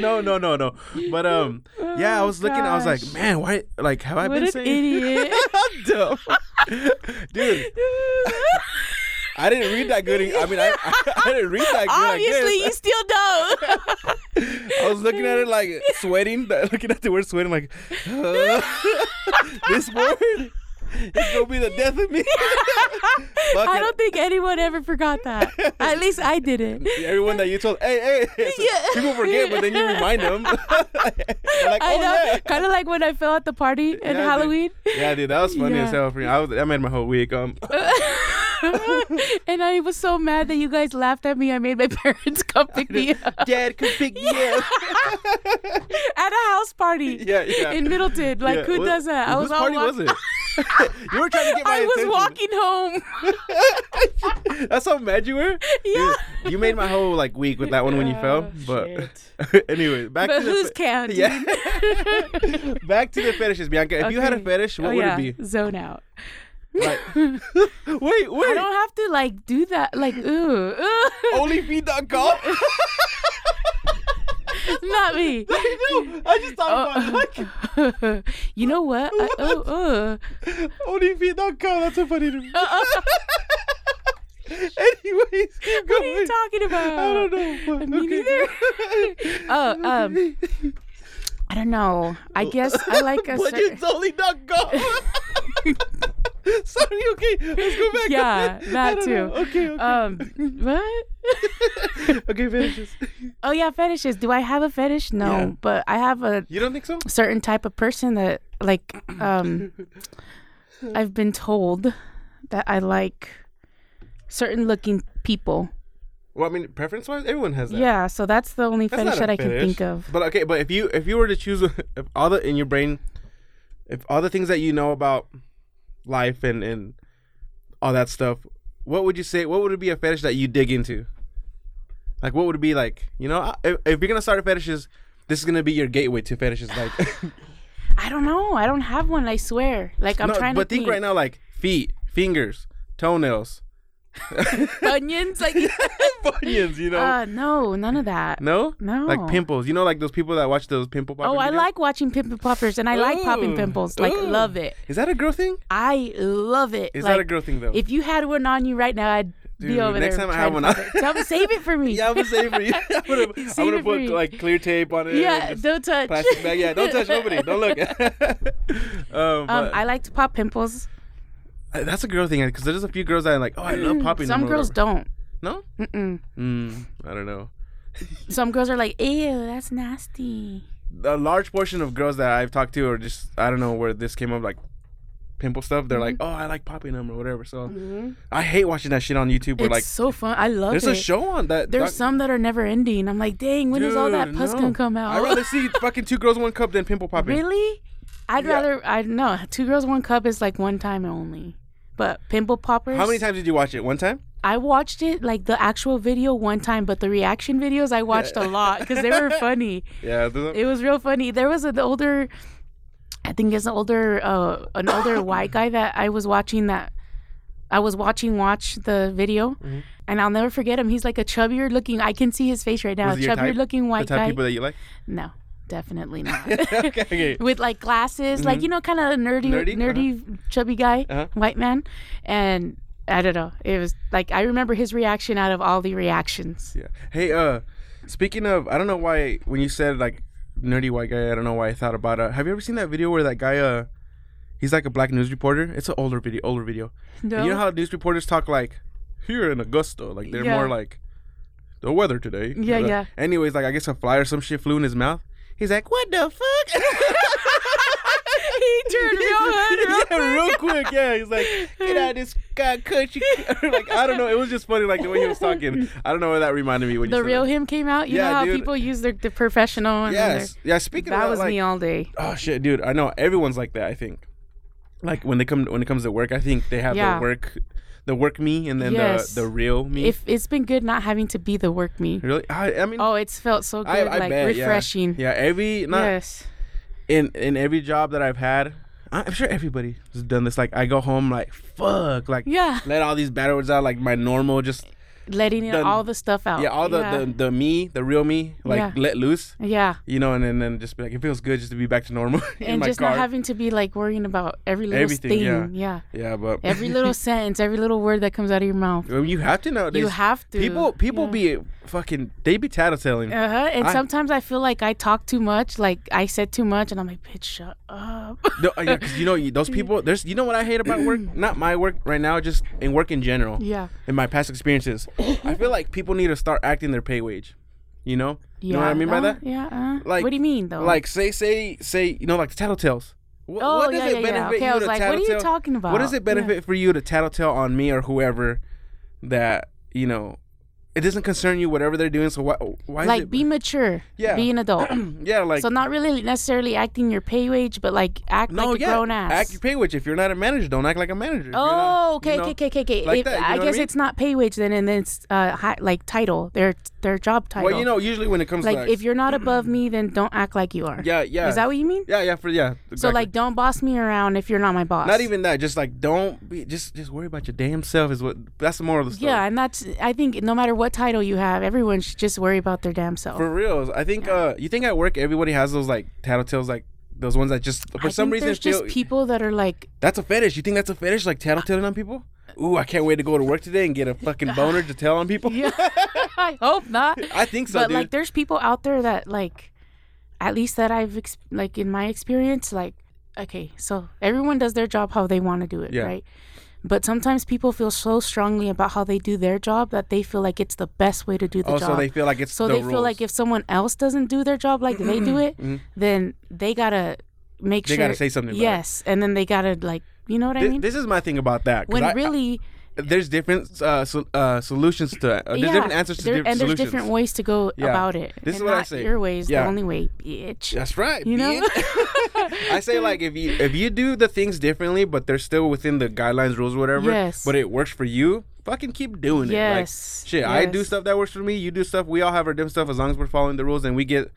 S2: no, no, no, no. But um, yeah, I
S1: Oh,
S2: was looking. I was like,
S1: gosh.
S2: man, why? Like, have I
S1: what
S2: been
S1: an
S2: saying?
S1: idiot.
S2: (laughs) I'm dumb. (laughs) dude. I didn't read that good. I mean, I, (laughs) I, didn't read that good. I guess.
S1: Obviously, you still don't.
S2: I was looking at it like sweating, (laughs) looking at the word sweating, like uh, (laughs) this word is gonna be the death of me. (laughs) Fuck
S1: I
S2: it.
S1: don't think anyone ever forgot that. At least I
S2: (laughs)
S1: didn't.
S2: Everyone that you told, hey, hey, (laughs) it's-
S1: Yeah.
S2: people forget, but then you remind them. (laughs) like,
S1: I
S2: oh,
S1: know.
S2: yeah.
S1: Kind of like when I fell at the party at
S2: Yeah, (laughs)
S1: Halloween.
S2: Dude. Yeah, dude, that was funny as
S1: Yeah.
S2: hell for me. I was, that made my whole week.
S1: (laughs)
S2: Um,
S1: and I was so mad that you guys laughed at me. I made my (laughs) parents come pick me
S2: (laughs)
S1: up
S2: Dad could pick me
S1: at
S2: up.
S1: a house party
S2: (laughs) Yeah, yeah.
S1: in Middleton. (laughs) Like,
S2: Yeah,
S1: who
S2: what-
S1: does that? I was
S2: whose
S1: all
S2: party
S1: walk-
S2: was it? (laughs) you were trying to get my
S1: (laughs) I was
S2: attention.
S1: walking
S2: (laughs)
S1: home. (laughs)
S2: That's how mad you were.
S1: yeah.
S2: Dude, you made my whole like week with that one when you fell.
S1: Oh,
S2: But (laughs) anyway, back
S1: But
S2: to the
S1: who's
S2: fe-
S1: counting? (laughs)
S2: Yeah. back to the fetishes, Bianca. If you had a
S1: Okay.
S2: fetish, what
S1: oh,
S2: would
S1: yeah.
S2: it be?
S1: Zone out.
S2: Like, wait,
S1: (laughs) I
S2: wait.
S1: don't have to like do that. Like, ooh,
S2: Oh,
S1: ooh.
S2: Onlyfeed.com?
S1: (laughs) not
S2: (laughs)
S1: me.
S2: I I just thought
S1: Oh.
S2: about it.
S1: (laughs) you know what? I, oh,
S2: (laughs)
S1: oh.
S2: Like, Onlyfeed.com. That's so funny
S1: (laughs)
S2: to me. Anyways, keep
S1: What
S2: going.
S1: are you talking about?
S2: I don't know. but
S1: Me neither. (laughs) oh, um, I don't know. I guess I like
S2: (laughs)
S1: a.
S2: But
S1: cer- (laughs)
S2: it's only.com. Sorry, okay. Let's go back.
S1: yeah,
S2: (laughs) I
S1: that
S2: don't
S1: too.
S2: know. Okay, okay.
S1: Um, (laughs) what?
S2: (laughs) okay, finishes.
S1: oh yeah, fetishes. Do I have a fetish? No,
S2: Yeah.
S1: but I have a
S2: You don't think so?
S1: certain type of person that like
S2: (laughs)
S1: um I've been told that I like certain looking people.
S2: Well, I mean, preference wise, everyone has that.
S1: Yeah, so that's the only
S2: That's
S1: fetish
S2: not a
S1: that I can
S2: fetish.
S1: think of.
S2: But okay, but if you if you were to choose (laughs) if all the in your brain, if all the things that you know about life and and all that stuff, what would you say? What would it be a fetish that you dig into? Like, what would it be like? You know, I- if, if you're gonna start a fetishes, this is gonna be your gateway to fetishes. Like, (laughs)
S1: I don't know. I don't have one, I swear. Like (laughs) I'm
S2: no,
S1: trying
S2: but
S1: to
S2: think right now, (laughs) like feet, fingers, toenails, (laughs)
S1: Bunions like
S2: bunions. You know,
S1: uh no, none of that.
S2: no,
S1: no.
S2: like pimples. You know, like those people that watch those pimple.
S1: Oh,
S2: popping
S1: I
S2: videos?
S1: like watching pimple poppers and I like popping
S2: Ooh.
S1: pimples. Like
S2: Ooh.
S1: love it.
S2: Is that a girl thing?
S1: I love it.
S2: Is that
S1: like,
S2: a girl thing though?
S1: If you had one on you right now, I'd
S2: Dude,
S1: be over
S2: next
S1: there.
S2: time I
S1: trying
S2: have
S1: to
S2: one
S1: fuck
S2: on-
S1: it. Tell 'em, save it for me.
S2: Yeah, I'm gonna save
S1: (laughs)
S2: it for you. (laughs) I'm gonna, I'm
S1: Save
S2: gonna
S1: it for
S2: put
S1: me.
S2: like clear tape on it. and
S1: Yeah, (laughs)
S2: just
S1: don't touch.
S2: (laughs) plastic bag. Yeah, don't
S1: (laughs)
S2: touch nobody. Don't look. (laughs) um,
S1: Um,
S2: but-
S1: I like to pop pimples.
S2: Uh, that's a girl thing because there's a few girls that are like, oh, I love popping.
S1: Mm, Some
S2: them or
S1: girls
S2: whatever."
S1: don't.
S2: No.
S1: Mm-mm.
S2: Mm, I don't know.
S1: Some girls are like, ew, that's nasty.
S2: A large portion of girls that I've talked to or just I don't know where this came up like pimple stuff. They're like, oh,
S1: Mm-hmm.
S2: I like popping them Mm-hmm. or whatever. So I hate watching that shit on YouTube. Where
S1: It's
S2: like
S1: so fun. I love
S2: there's
S1: it.
S2: a show on that.
S1: There's
S2: doc-
S1: some that are never ending. I'm like, dang, when is all that
S2: Dude,
S1: pus
S2: no.
S1: gonna come out?
S2: I'd rather see fucking two girls one cup
S1: (laughs)
S2: than pimple popping.
S1: really? I'd
S2: Yeah.
S1: rather. I no. Two girls, one cup is like one time only. But pimple poppers.
S2: How many times did you watch it? One time?
S1: I watched it like the actual video one time, but the reaction videos I watched a lot because they
S2: (laughs)
S1: were funny.
S2: Yeah, there's a-
S1: It was real funny. There was an older, I think it's an older, uh, an
S2: (coughs)
S1: older white guy that I was watching that. I was watching watch the video,
S2: Mm-hmm.
S1: and I'll never forget him. He's like a chubbier looking. I can see his face right now.
S2: Was
S1: a
S2: he your
S1: chubbier
S2: type?
S1: looking
S2: the
S1: white
S2: type of
S1: guy.
S2: people
S1: (laughs)
S2: that you like. (laughs)
S1: No, definitely not. (laughs)
S2: okay, okay.
S1: With like glasses, like you know, kind of nerdy,
S2: Mm-hmm. Nerdy?
S1: nerdy, chubby guy,
S2: Uh-huh.
S1: white man, and I don't know. It was like I remember his reaction out of all the reactions.
S2: Yeah. Hey, uh, speaking of, I don't know why when you said like nerdy white guy, I don't know why I thought about it. Have you ever seen that video where that guy, uh, he's like a black news reporter? It's an older video, older video. And you know how news reporters talk like here in Augusta, like they're
S1: Yeah.
S2: more like the weather today.
S1: Yeah,
S2: You know?
S1: yeah.
S2: Anyways, like I guess a fly or some shit flew in his mouth. He's like, what the fuck?
S1: (laughs)
S2: (laughs)
S1: he turned real hood. real-
S2: yeah, real quick. Yeah, he's like, get out of this god country. (laughs) like I don't know. It was just funny, like the way he was talking. I don't know why that reminded me when you
S1: The
S2: said
S1: real
S2: that.
S1: him came out. You
S2: Yeah,
S1: know how
S2: dude.
S1: people use their the professional. And their-
S2: Yes. Yeah. Speaking
S1: that
S2: of
S1: was
S2: like,
S1: me all day.
S2: oh shit, dude. I know everyone's like that. I think, like when they come when it comes to work, I think they have
S1: Yeah.
S2: the work, the work me, and then
S1: Yes.
S2: the the real me.
S1: If it's been good not having to be the work me.
S2: really, I, I mean,
S1: Oh, it's felt so good,
S2: I, I
S1: like
S2: bet, yeah.
S1: refreshing.
S2: Yeah. Every not
S1: Yes.
S2: in in every job that I've had. I'm sure everybody has done this. Like I go home, like fuck, like
S1: Yeah.
S2: let all these bad words out, like my normal, just
S1: Letting it
S2: The-
S1: all the stuff out.
S2: yeah, all the the, the me, the real me, like
S1: Yeah.
S2: let loose,
S1: yeah.
S2: you know, and then, then just be like it feels good just to be back to normal (laughs) in
S1: and
S2: my
S1: just
S2: car.
S1: not having to be like worrying about every little
S2: Everything,
S1: thing.
S2: yeah.
S1: Yeah.
S2: yeah, but (laughs)
S1: Every little sentence, every little word that comes out of your mouth.
S2: I mean, you have to nowadays.
S1: You have to.
S2: People people
S1: yeah.
S2: be fucking they be tattletailing.
S1: Uh huh. And
S2: I-
S1: sometimes I feel like I talk too much, like I said too much, and I'm like, bitch, shut up.
S2: No, uh,
S1: (laughs)
S2: yeah, 'cause you know you- those people. There's you know what I hate about
S1: (clears throat)
S2: work. Not my work right now, just in work in general.
S1: yeah.
S2: In my past experiences, I feel like people need to start acting their pay wage. You know. You know what I mean by
S1: uh,
S2: that?
S1: Yeah. Uh,
S2: Like-
S1: what do you mean though?
S2: Like say say say you know like the tattletales. What,
S1: Oh,
S2: what does
S1: yeah, yeah,
S2: it
S1: yeah.
S2: benefit
S1: Okay,
S2: you
S1: I was
S2: to
S1: like, what are you
S2: tattletale-
S1: talking
S2: What does
S1: about?
S2: it benefit for you to tattletale on me or whoever that you know? It doesn't concern you whatever they're doing. So why why is
S1: like
S2: it,
S1: be mature.
S2: Yeah.
S1: Be an adult.
S2: yeah (clears throat) like
S1: so not really necessarily acting your pay wage, but like act
S2: No,
S1: like a
S2: yeah.
S1: grown ass.
S2: Act your pay wage. If you're not a manager, don't act like a manager. If you're not-
S1: Oh, okay,
S2: you know,
S1: okay, okay, okay,
S2: like
S1: If-
S2: that, you know
S1: I
S2: what I
S1: guess
S2: mean?
S1: it's not pay wage then, and then it's uh, hi, like title, their their job title.
S2: Well, you know, usually when it comes
S1: like
S2: to that,
S1: if you're not above me, then don't act like you are.
S2: yeah, yeah,
S1: Is that what you mean?
S2: yeah, yeah, for yeah.
S1: So
S2: exactly.
S1: like, don't boss me around if you're not my boss.
S2: not even that. Just like don't be. Just just worry about your damn self. Is what that's the moral of the story.
S1: Yeah, and that's I think no matter what title you have, everyone should just worry about their damn self.
S2: For reals, I think. uh You think at work everybody has those like tattletales, like those ones that just for
S1: I
S2: some
S1: think
S2: reason
S1: there's
S2: feel
S1: just people that are
S2: (laughs)
S1: like, (laughs)
S2: that's a fetish. You think that's a fetish, like tattletaling on people? Ooh, I can't wait to go to work today and get a
S1: (laughs)
S2: fucking boner to tell on people.
S1: yeah, I hope not.
S2: I think so,
S1: but
S2: dude.
S1: like, there's people out there that like, at least that I've ex- like in my experience, like, okay, so everyone does their job how they want to do it,
S2: Yeah.
S1: right? But sometimes people feel so strongly about how they do their job that they feel like it's the best way to do the
S2: oh,
S1: job.
S2: so they feel like it's
S1: So
S2: the
S1: they feel like
S2: rules. Mm-hmm.
S1: if someone else doesn't do their job like they do it, then they gotta make
S2: They
S1: sure.
S2: gotta say something about it.
S1: Yes, and then they gotta like, you know what I
S2: Th-
S1: mean?
S2: this is my thing about that. 'cause
S1: when
S2: I-
S1: really,
S2: there's different uh, so, uh, solutions to uh, there's
S1: yeah,
S2: different answers to
S1: there-
S2: different
S1: and there's
S2: solutions.
S1: different ways to go
S2: Yeah.
S1: about it.
S2: This is
S1: and
S2: what I
S1: not
S2: say.
S1: Your way is
S2: Yeah.
S1: the only way, bitch.
S2: That's right.
S1: You (laughs) know?
S2: bitch. I say like if you if you do the things differently, but they're still within the guidelines, rules, whatever.
S1: Yes.
S2: But it works for you. Fucking keep doing it. Like,
S1: Yes,
S2: shit, I do
S1: yes.
S2: stuff that works for me. You do stuff. We all have our different stuff. As long as we're following the rules and we get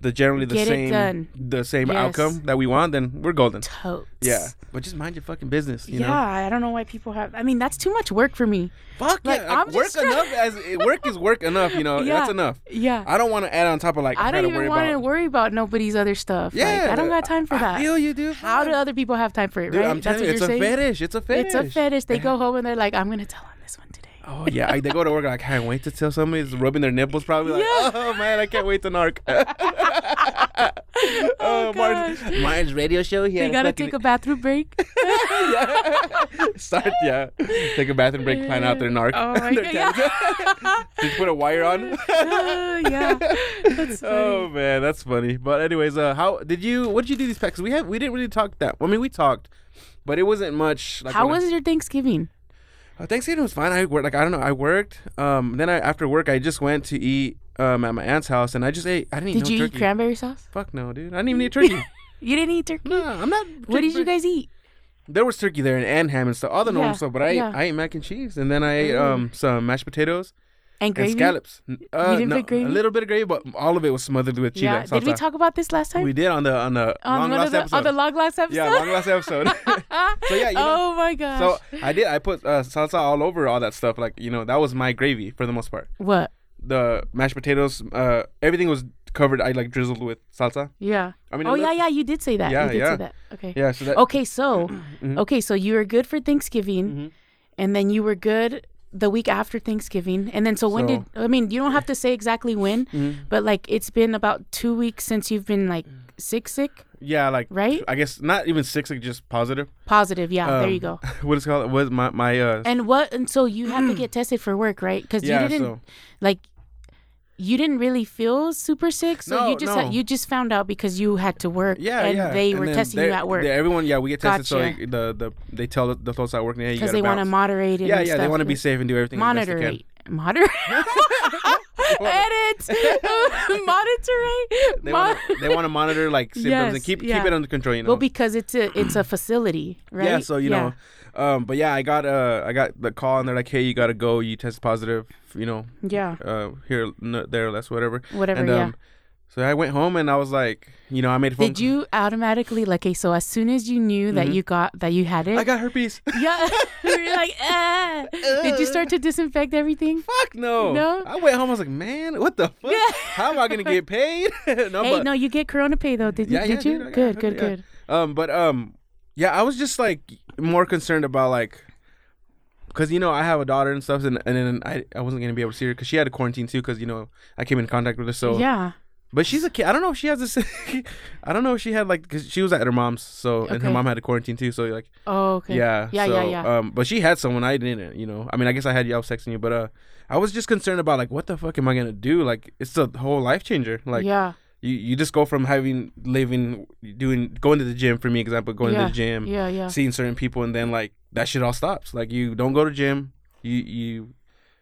S2: the generally the
S1: Get it
S2: same
S1: done.
S2: the same
S1: Yes.
S2: outcome that we want, then we're golden.
S1: Totes.
S2: Yeah. But just mind your fucking business. You
S1: yeah,
S2: know.
S1: I don't know why people have. I mean, that's too much work for me.
S2: Fuck
S1: Like,
S2: yeah.
S1: I'm
S2: work
S1: just trying-
S2: enough as work is work enough. You know.
S1: Yeah.
S2: That's enough.
S1: Yeah.
S2: I don't want to add on top of like
S1: I,
S2: gotta
S1: don't even
S2: worry
S1: want
S2: about-
S1: to worry about nobody's other stuff. Like,
S2: Yeah,
S1: I don't got time for
S2: I
S1: that.
S2: feel you, dude.
S1: How do other people have time for it?
S2: Dude,
S1: right?
S2: I'm telling you,
S1: what
S2: it's a
S1: you're saying?
S2: fetish. It's a fetish.
S1: It's a fetish. They go home and they're like, I'm gonna tell on this one today.
S2: Oh yeah, I, they go to work like I can't wait to tell somebody. It's rubbing their nipples, probably like,
S1: Yeah.
S2: oh man, I can't wait to narc. (laughs) oh, Marge,
S1: gosh.
S2: Marge's radio show. He
S1: They gotta take a bathroom break.
S2: (laughs) start. Yeah, take a bathroom break, plan out their narc. (laughs)
S1: Oh my
S2: Their
S1: god. Yeah.
S2: tangent. Just put a
S1: (laughs)
S2: wire on. (laughs)
S1: Uh, yeah. That's funny.
S2: Oh man, that's funny. But anyways, uh, how did you? What did you do these packs? We have we didn't really talk that. I mean, we talked, but it wasn't much. Like
S1: How
S2: when I-
S1: was your Thanksgiving?
S2: Uh, Thanksgiving was fine. I worked like I don't know. I worked. Um, then I after work I just went to eat um at my aunt's house and I just ate. I didn't eat
S1: Did
S2: no
S1: you
S2: turkey.
S1: eat cranberry sauce? (laughs)
S2: Fuck no, dude. I didn't even eat turkey.
S1: You didn't eat turkey.
S2: no, I'm not.
S1: What did you guys eat?
S2: there was turkey there and, and ham and stuff, all the normal
S1: Yeah,
S2: stuff. But I
S1: yeah.
S2: I ate mac and cheese, and then I ate um some mashed potatoes
S1: And gravy.
S2: and scallops. N- Uh,
S1: didn't
S2: no,
S1: put gravy?
S2: A little bit of gravy, but all of it was smothered with chile
S1: yeah. Did we
S2: salsa.
S1: talk about this last time?
S2: We did on the on the
S1: on
S2: long
S1: one
S2: last
S1: of the
S2: episode.
S1: on the long last episode.
S2: yeah, long last
S1: (laughs)
S2: episode. so yeah, you know.
S1: oh my gosh.
S2: So I did. I put uh, salsa all over all that stuff. Like you know, that was my gravy for the most part.
S1: what?
S2: The mashed potatoes, uh, everything was covered. I like drizzled with salsa.
S1: Yeah.
S2: I mean,
S1: oh
S2: it
S1: yeah,
S2: look-
S1: yeah. You did say that.
S2: Yeah,
S1: you did
S2: yeah.
S1: say that. Okay.
S2: Yeah. Mm-hmm. So that
S1: Okay,
S2: (clears throat)
S1: so okay, so you were good for Thanksgiving,
S2: Mm-hmm.
S1: and then you were good the week after Thanksgiving, and then so when did I mean you don't have to say exactly when,
S2: Mm-hmm.
S1: but like it's been about two weeks since you've been like sick, sick,
S2: yeah, like
S1: Right?
S2: I guess not even sick, like just positive.
S1: positive. Yeah, there you
S2: Um,
S1: go.
S2: (laughs) What is it called? Was my my uh.
S1: And what? And so you
S2: (clears throat)
S1: had to get tested for work, right? Because
S2: Yeah,
S1: you didn't
S2: so-
S1: like. You didn't really feel super sick, so
S2: No,
S1: you just
S2: no.
S1: you just found out because you had to work,
S2: yeah,
S1: and
S2: yeah.
S1: they were
S2: then
S1: testing
S2: they-
S1: you at work
S2: they- everyone, yeah, we get tested. So
S1: Gotcha.
S2: like, the the they tell the, the folks at work, yeah, you
S1: because
S2: gotta
S1: they want to
S2: bounce."
S1: moderate it.
S2: Yeah,
S1: and
S2: yeah, they
S1: stuff.
S2: want to be safe and do everything. as best they can.
S1: Moderate. Moderate.
S2: (laughs)
S1: (laughs) Edit. (laughs) Moderate.
S2: They
S1: Mo- (laughs)
S2: want to they want to monitor like symptoms
S1: Yes,
S2: and keep
S1: yeah.
S2: keep it under control. You know.
S1: well, (laughs) because it's a it's a facility, right?
S2: Yeah, so you know, um, but yeah, I got uh, I got the call and they're like, hey, you gotta go. You test positive. You know,
S1: Yeah.
S2: uh, here, n- there, less, whatever.
S1: Whatever,
S2: And, um,
S1: yeah.
S2: So I went home and I was like, you know, I made a phone.
S1: Did you automatically like? Okay, so as soon as you knew that you got that you had it,
S2: Mm-hmm. I
S1: (laughs)
S2: got herpes. (laughs)
S1: yeah, you're like, ah. Did you
S2: Uh.
S1: start to disinfect everything?
S2: Fuck no.
S1: No?
S2: I went home. I was like, man, what the fuck? How am I gonna
S1: (laughs)
S2: get paid? (laughs) no,
S1: Hey,
S2: but
S1: no, you get Corona pay though. Did you?
S2: yeah, yeah,
S1: did you?
S2: dude, I got
S1: good, good,
S2: herpes, yeah.
S1: good.
S2: Um, but um, yeah, I was just like more concerned about like, cause you know I have a daughter and stuff, and and then I I wasn't gonna be able to see her because she had a quarantine too, cause you know I came in contact with her. So
S1: Yeah.
S2: but she's a kid. I don't know if she has this. (laughs) I don't know if she had like, cause she was at her mom's, so and her
S1: Okay.
S2: mom had a quarantine too, so like
S1: Oh, okay.
S2: yeah,
S1: Yeah,
S2: so,
S1: yeah, yeah.
S2: Um, but she had someone I didn't, you know. I mean, I guess I had y'all sexting you, but uh, I was just concerned about like what the fuck am I gonna do? Like it's a whole life changer. Like
S1: yeah.
S2: you, you just go from having living doing going to the gym for me example going
S1: yeah.
S2: to the gym
S1: Yeah, yeah.
S2: seeing certain people and then like that shit all stops like you don't go to gym you you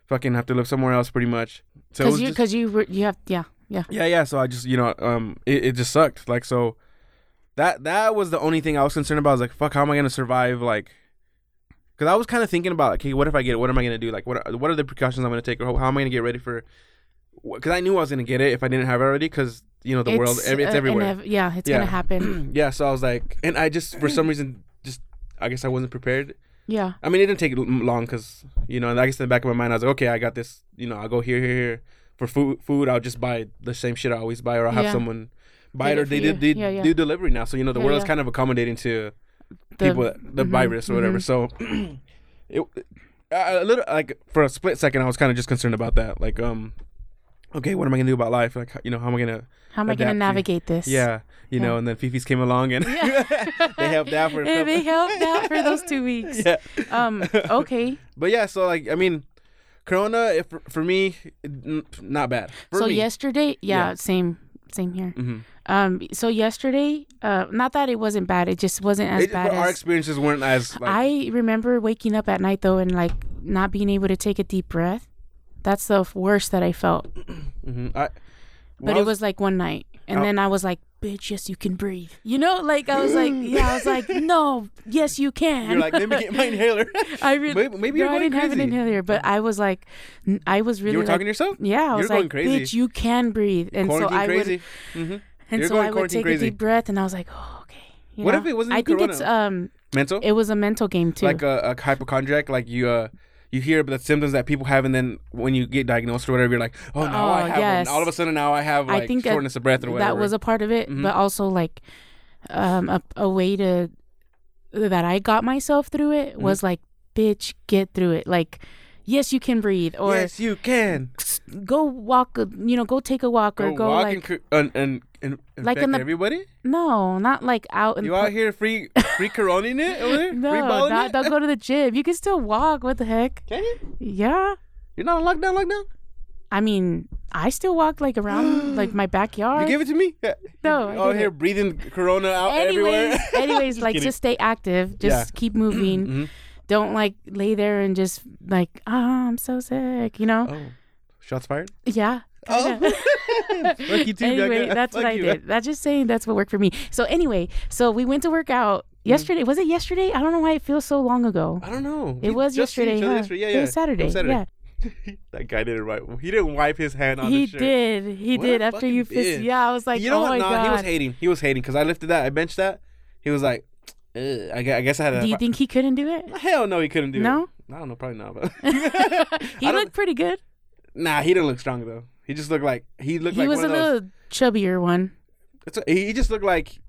S2: fucking have to live somewhere else pretty much so it
S1: Because
S2: was
S1: you,
S2: just-
S1: because you were, you have, yeah, yeah.
S2: yeah yeah so I just you know um it, it just sucked like so that that was the only thing I was concerned about I was like fuck how am I gonna survive like because I was kind of thinking about like, okay what if I get it what am I gonna do like what are, what are the precautions I'm gonna take or how, how am I gonna get ready for because I knew I was gonna get it if I didn't have it already because you know the world ev-
S1: uh,
S2: it's
S1: an
S2: everywhere
S1: ev- yeah, it's
S2: Yeah.
S1: gonna
S2: (clears throat)
S1: happen.
S2: yeah, so I was like, and I just for some reason just I guess I wasn't prepared.
S1: Yeah.
S2: I mean, it didn't take l- long because you know, and I guess in the back of my mind, I was like, okay, I got this. You know, I'll go here, here, here for food. Food, I'll just buy the same shit I always buy, or I'll have
S1: Yeah.
S2: someone buy
S1: Get
S2: it, or
S1: it for
S2: they did,
S1: you.
S2: did
S1: Yeah, yeah.
S2: do delivery now. So you know, the
S1: Yeah,
S2: world's
S1: yeah.
S2: kind of accommodating to
S1: The- mm-hmm,
S2: people, that, the virus or whatever. So (clears throat) it a a little like for a split second, I was kind of just concerned about that. Like, um, okay, what am I gonna do about life? Like, you know, how am I gonna
S1: How am I going to
S2: adapt to-
S1: navigate this?
S2: yeah, you know, and then Fifi's came along and (laughs) they helped out
S1: (laughs)
S2: for a
S1: Eh,
S2: couple.
S1: they helped out for those two weeks.
S2: (laughs) Yeah.
S1: Um. Okay.
S2: But yeah, so like I mean, Corona if, for me, n- not bad. (laughs) For
S1: so
S2: me.
S1: yesterday, yeah,
S2: Yeah. Mm-hmm.
S1: same, same here. Um. So yesterday, uh, not that it wasn't bad. It just wasn't as
S2: It-
S1: bad
S2: our
S1: as
S2: experiences weren't as like
S1: I remember waking up at night though and like not being able to take a deep breath. That's the worst that I felt.
S2: mhm, I- when
S1: But
S2: I
S1: it was like one night, and
S2: Oh.
S1: then I was like, "Bitch, yes, you can breathe." You know, like I was like, "Yeah," I was
S2: (laughs)
S1: like, "No, yes, you can."
S2: You're like, let me
S1: (laughs)
S2: get my (laughs) inhaler.
S1: I really
S2: maybe, maybe you're
S1: no, I
S2: going
S1: didn't have an
S2: crazy.
S1: inhaler, but I was like, n- I was really
S2: you were
S1: like,
S2: talking to yourself.
S1: yeah, I
S2: You're
S1: was
S2: going
S1: like,
S2: crazy.
S1: bitch, you can breathe, and so
S2: Quarantine
S1: I
S2: crazy. Mm-hmm.
S1: would, and
S2: You're
S1: so
S2: going
S1: I would
S2: quarantine
S1: take
S2: crazy.
S1: a deep breath, and I was like, oh, okay. You
S2: What
S1: know?
S2: if it wasn't
S1: I think
S2: corona?
S1: it's um,
S2: Mental.
S1: it was a mental game too.
S2: like a, a hypochondriac. Like you. uh you hear the symptoms that people have, and then when you get diagnosed or whatever, you're like, "Oh, now I
S1: Oh,
S2: have
S1: yes.
S2: one." All of a sudden, now I have like
S1: I think that-
S2: shortness of breath or whatever. Mm-hmm.
S1: that was a part of it, but also like, um, a, a way to that I got myself through it
S2: Mm-hmm.
S1: was like, bitch, get through it. Like, yes, you can breathe, or
S2: yes, you can.
S1: go walk, a- you know, go take a walk, or
S2: Go,
S1: go
S2: walk
S1: like,
S2: and, cr- and, and, and
S1: Like
S2: infect
S1: in the-
S2: everybody.
S1: no, not like out in
S2: You
S1: pu-
S2: out here free free coroning it over there? free
S1: (laughs) No,
S2: balling
S1: not,
S2: it?
S1: don't go to the gym. You can still walk. What the heck?
S2: Can you?
S1: Yeah.
S2: You're not on lockdown, lockdown.
S1: I mean, I still walk like around like my backyard.
S2: (gasps) You give it to me.
S1: No, I
S2: (laughs) you out
S1: didn't.
S2: here breathing corona out
S1: anyways, (laughs)
S2: (laughs) everywhere.
S1: anyways, like
S2: kidding.
S1: just stay active. Just keep moving.
S2: Mhm.
S1: Don't like lay there and just like ah, I'm so sick. You know?
S2: oh, shots fired.
S1: Yeah.
S2: Oh, (laughs) fuck you too.
S1: anyway,
S2: Becca.
S1: that's
S2: Fuck
S1: what I
S2: you.
S1: did. That's just saying that's what worked for me. So anyway, so we went to work out
S2: Mm-hmm.
S1: Yesterday was it yesterday? I don't know why it feels so long ago.
S2: I don't know.
S1: It
S2: Uh, We
S1: was
S2: just seen
S1: yesterday,
S2: each other
S1: huh?
S2: yesterday. Yeah,
S1: It
S2: yeah.
S1: was Saturday. Yeah.
S2: that guy didn't wipe. He didn't wipe his hand on
S1: He
S2: the shirt.
S1: did. He
S2: What
S1: did.
S2: a
S1: After
S2: fucking
S1: you fist.
S2: bitch.
S1: Yeah, I was like,
S2: you know
S1: oh
S2: what?
S1: my
S2: Nah,
S1: god.
S2: he was hating. He was hating because I lifted that. I benched that. He was like, "Ugh, I guess, I guess I had a.
S1: do you think he couldn't do
S2: (laughs)
S1: it? (laughs)
S2: Hell no, he couldn't do
S1: No?
S2: it. I don't know, probably not. But
S1: (laughs) He
S2: (laughs) I don't-
S1: looked pretty good.
S2: Nah, he didn't look strong though. He just looked like he looked
S1: He
S2: like
S1: was
S2: one
S1: a
S2: of those.
S1: little chubbier one.
S2: It's a- he just looked like.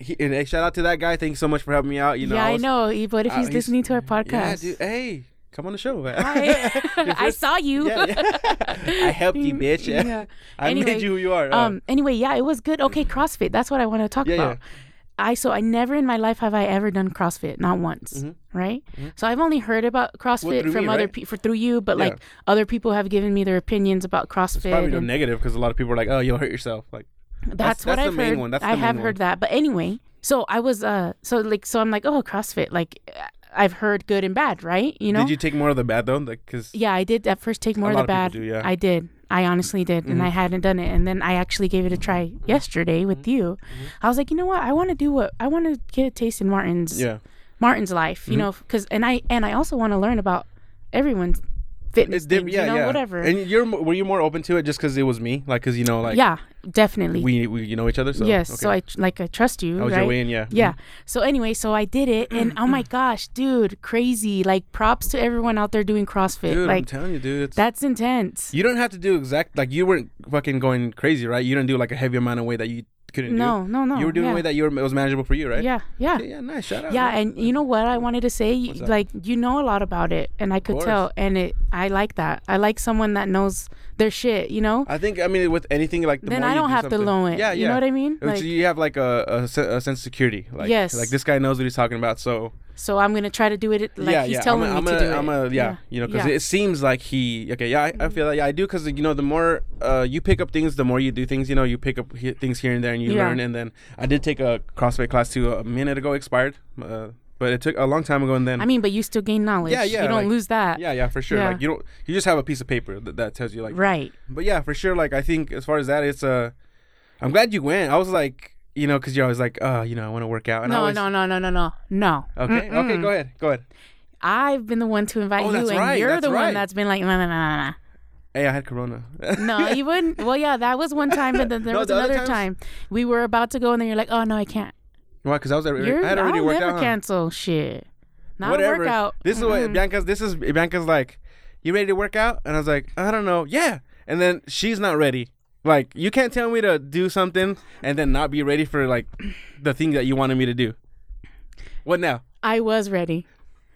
S2: He, and hey, shout out to that guy. Thanks so much for helping me out. You know,
S1: yeah, I
S2: was-
S1: know. He- But if
S2: I-
S1: he's
S2: he's-
S1: listening to our
S2: Yeah,
S1: podcast,
S2: (laughs) dude. Hey, come on the show. man.
S1: hi.
S2: (laughs) Your
S1: (laughs) I
S2: first-
S1: saw you.
S2: Yeah, yeah. (laughs) I
S1: (laughs)
S2: helped you, bitch.
S1: Yeah.
S2: (laughs) I
S1: Anyway,
S2: made you who you are. Uh,
S1: Um. Anyway, yeah, it was good. Okay, CrossFit. That's what I want to talk
S2: Yeah, yeah.
S1: about. I so I never in my life have I ever done CrossFit, not once, right? So I've only heard about CrossFit
S2: Mm-hmm. through
S1: from
S2: me,
S1: other
S2: right?
S1: people for through you, but
S2: Yeah.
S1: like other people have given me their opinions about CrossFit.
S2: probably
S1: and-
S2: the negative because a lot of people are like, "Oh, you'll hurt yourself." Like,
S1: That's,
S2: That's-
S1: what
S2: that's the
S1: I've
S2: main
S1: heard.
S2: one. That's
S1: I
S2: the
S1: have
S2: main
S1: heard that. But anyway, so I was uh so like so I'm like, "Oh, CrossFit, like I've heard good and bad, right?" You know?
S2: did you take more of the bad though? Like, cause
S1: yeah, I did at first take more of
S2: lot
S1: the
S2: of
S1: bad.
S2: people do, yeah. Mm-hmm.
S1: I did. I honestly did, and I hadn't done it. And then I actually gave it a try yesterday with you.
S2: Mm-hmm.
S1: I was like, "You know what? I want to do what I want to get a taste in Martin's
S2: yeah, Mm-hmm.
S1: Martin's life, you know, 'cause know, because and I and I also want to learn about everyone's fitness, things,
S2: it's different. Yeah,
S1: you know,
S2: yeah.
S1: whatever.
S2: And you're mo- were you more open to it just because it was me? Like, cause you know, like
S1: yeah, definitely.
S2: we, we you know each other. So
S1: yes,
S2: okay.
S1: so I tr- like I trust you,
S2: that was
S1: right?
S2: your way in. Yeah, Mm-hmm.
S1: Yeah. So anyway, so I did it, and
S2: (clears throat)
S1: oh my gosh, dude, crazy! Like props to everyone out there doing CrossFit.
S2: dude, I'm
S1: like
S2: telling you, dude, it's,
S1: that's intense.
S2: you don't have to do exact like you weren't fucking going crazy, right? You didn't do like a heavy amount of weight that you couldn't
S1: No,
S2: do.
S1: no, no.
S2: You were doing
S1: yeah.
S2: a way that you were it was manageable for you, right?
S1: Yeah, yeah.
S2: yeah, yeah nice. Shout out.
S1: Yeah,
S2: man.
S1: and you know what I wanted to say, You-
S2: What's that?
S1: like you know a lot about it, and I could
S2: course.
S1: tell, and it I like that. I like someone that knows their shit, you know.
S2: I think I mean with anything like the
S1: then
S2: more
S1: I
S2: you
S1: don't
S2: do
S1: have to
S2: something-
S1: loan it.
S2: Yeah, yeah.
S1: You know what I mean?
S2: So
S1: Like,
S2: you have like a, a, se- a sense of security. Like,
S1: Yes.
S2: Like this guy knows what he's talking about. So
S1: so I'm gonna try to do it like
S2: yeah,
S1: he's
S2: yeah.
S1: telling
S2: I'm a,
S1: me
S2: I'm
S1: to
S2: a,
S1: do
S2: I'm
S1: it.
S2: a, yeah, You know, because
S1: Yeah.
S2: it seems like he. Okay, yeah, I, I feel that. Yeah, I do. Because you know, the more uh, you pick up things, the more you do things. You know, you pick up he- things here and there, and you
S1: Yeah.
S2: learn. And then I did take a CrossFit class too a minute ago, expired, uh, but it took a long time ago. And then
S1: I mean, but you still gain knowledge.
S2: Yeah, yeah,
S1: You don't
S2: like-
S1: lose that.
S2: yeah, yeah, for sure.
S1: Yeah.
S2: Like you don't, you just have a piece of paper that, that tells you like
S1: Right.
S2: but yeah, for sure. Like I think as far as that, it's uh, I'm glad you went. I was like, you know, because you're always like, uh, you know, I want to work out. And I
S1: No,
S2: always,
S1: no, no, no, no, no, no.
S2: Okay, okay, go ahead, go ahead.
S1: I've been the one to invite
S2: Oh,
S1: you,
S2: that's
S1: and
S2: right,
S1: you're
S2: that's
S1: the
S2: right.
S1: one that's been like, no, no, no, no, no.
S2: Hey, I had corona. (laughs)
S1: No, you wouldn't. Well, yeah, that was one time, but then there
S2: No,
S1: was
S2: the other
S1: another time
S2: times-
S1: we were about to go, and then you're like, oh no, I can't.
S2: Why? Because I was already,
S1: You're,
S2: I had already
S1: will
S2: worked
S1: never
S2: out. huh?
S1: cancel shit. Not
S2: Whatever.
S1: a workout.
S2: This is what
S1: Mm-mm.
S2: Bianca's. This is Bianca's like, you ready to work out? And I was like, I don't know, yeah. And then she's not ready. Like you can't tell me to do something and then not be ready for like the thing that you wanted me to do. What now?
S1: I was ready.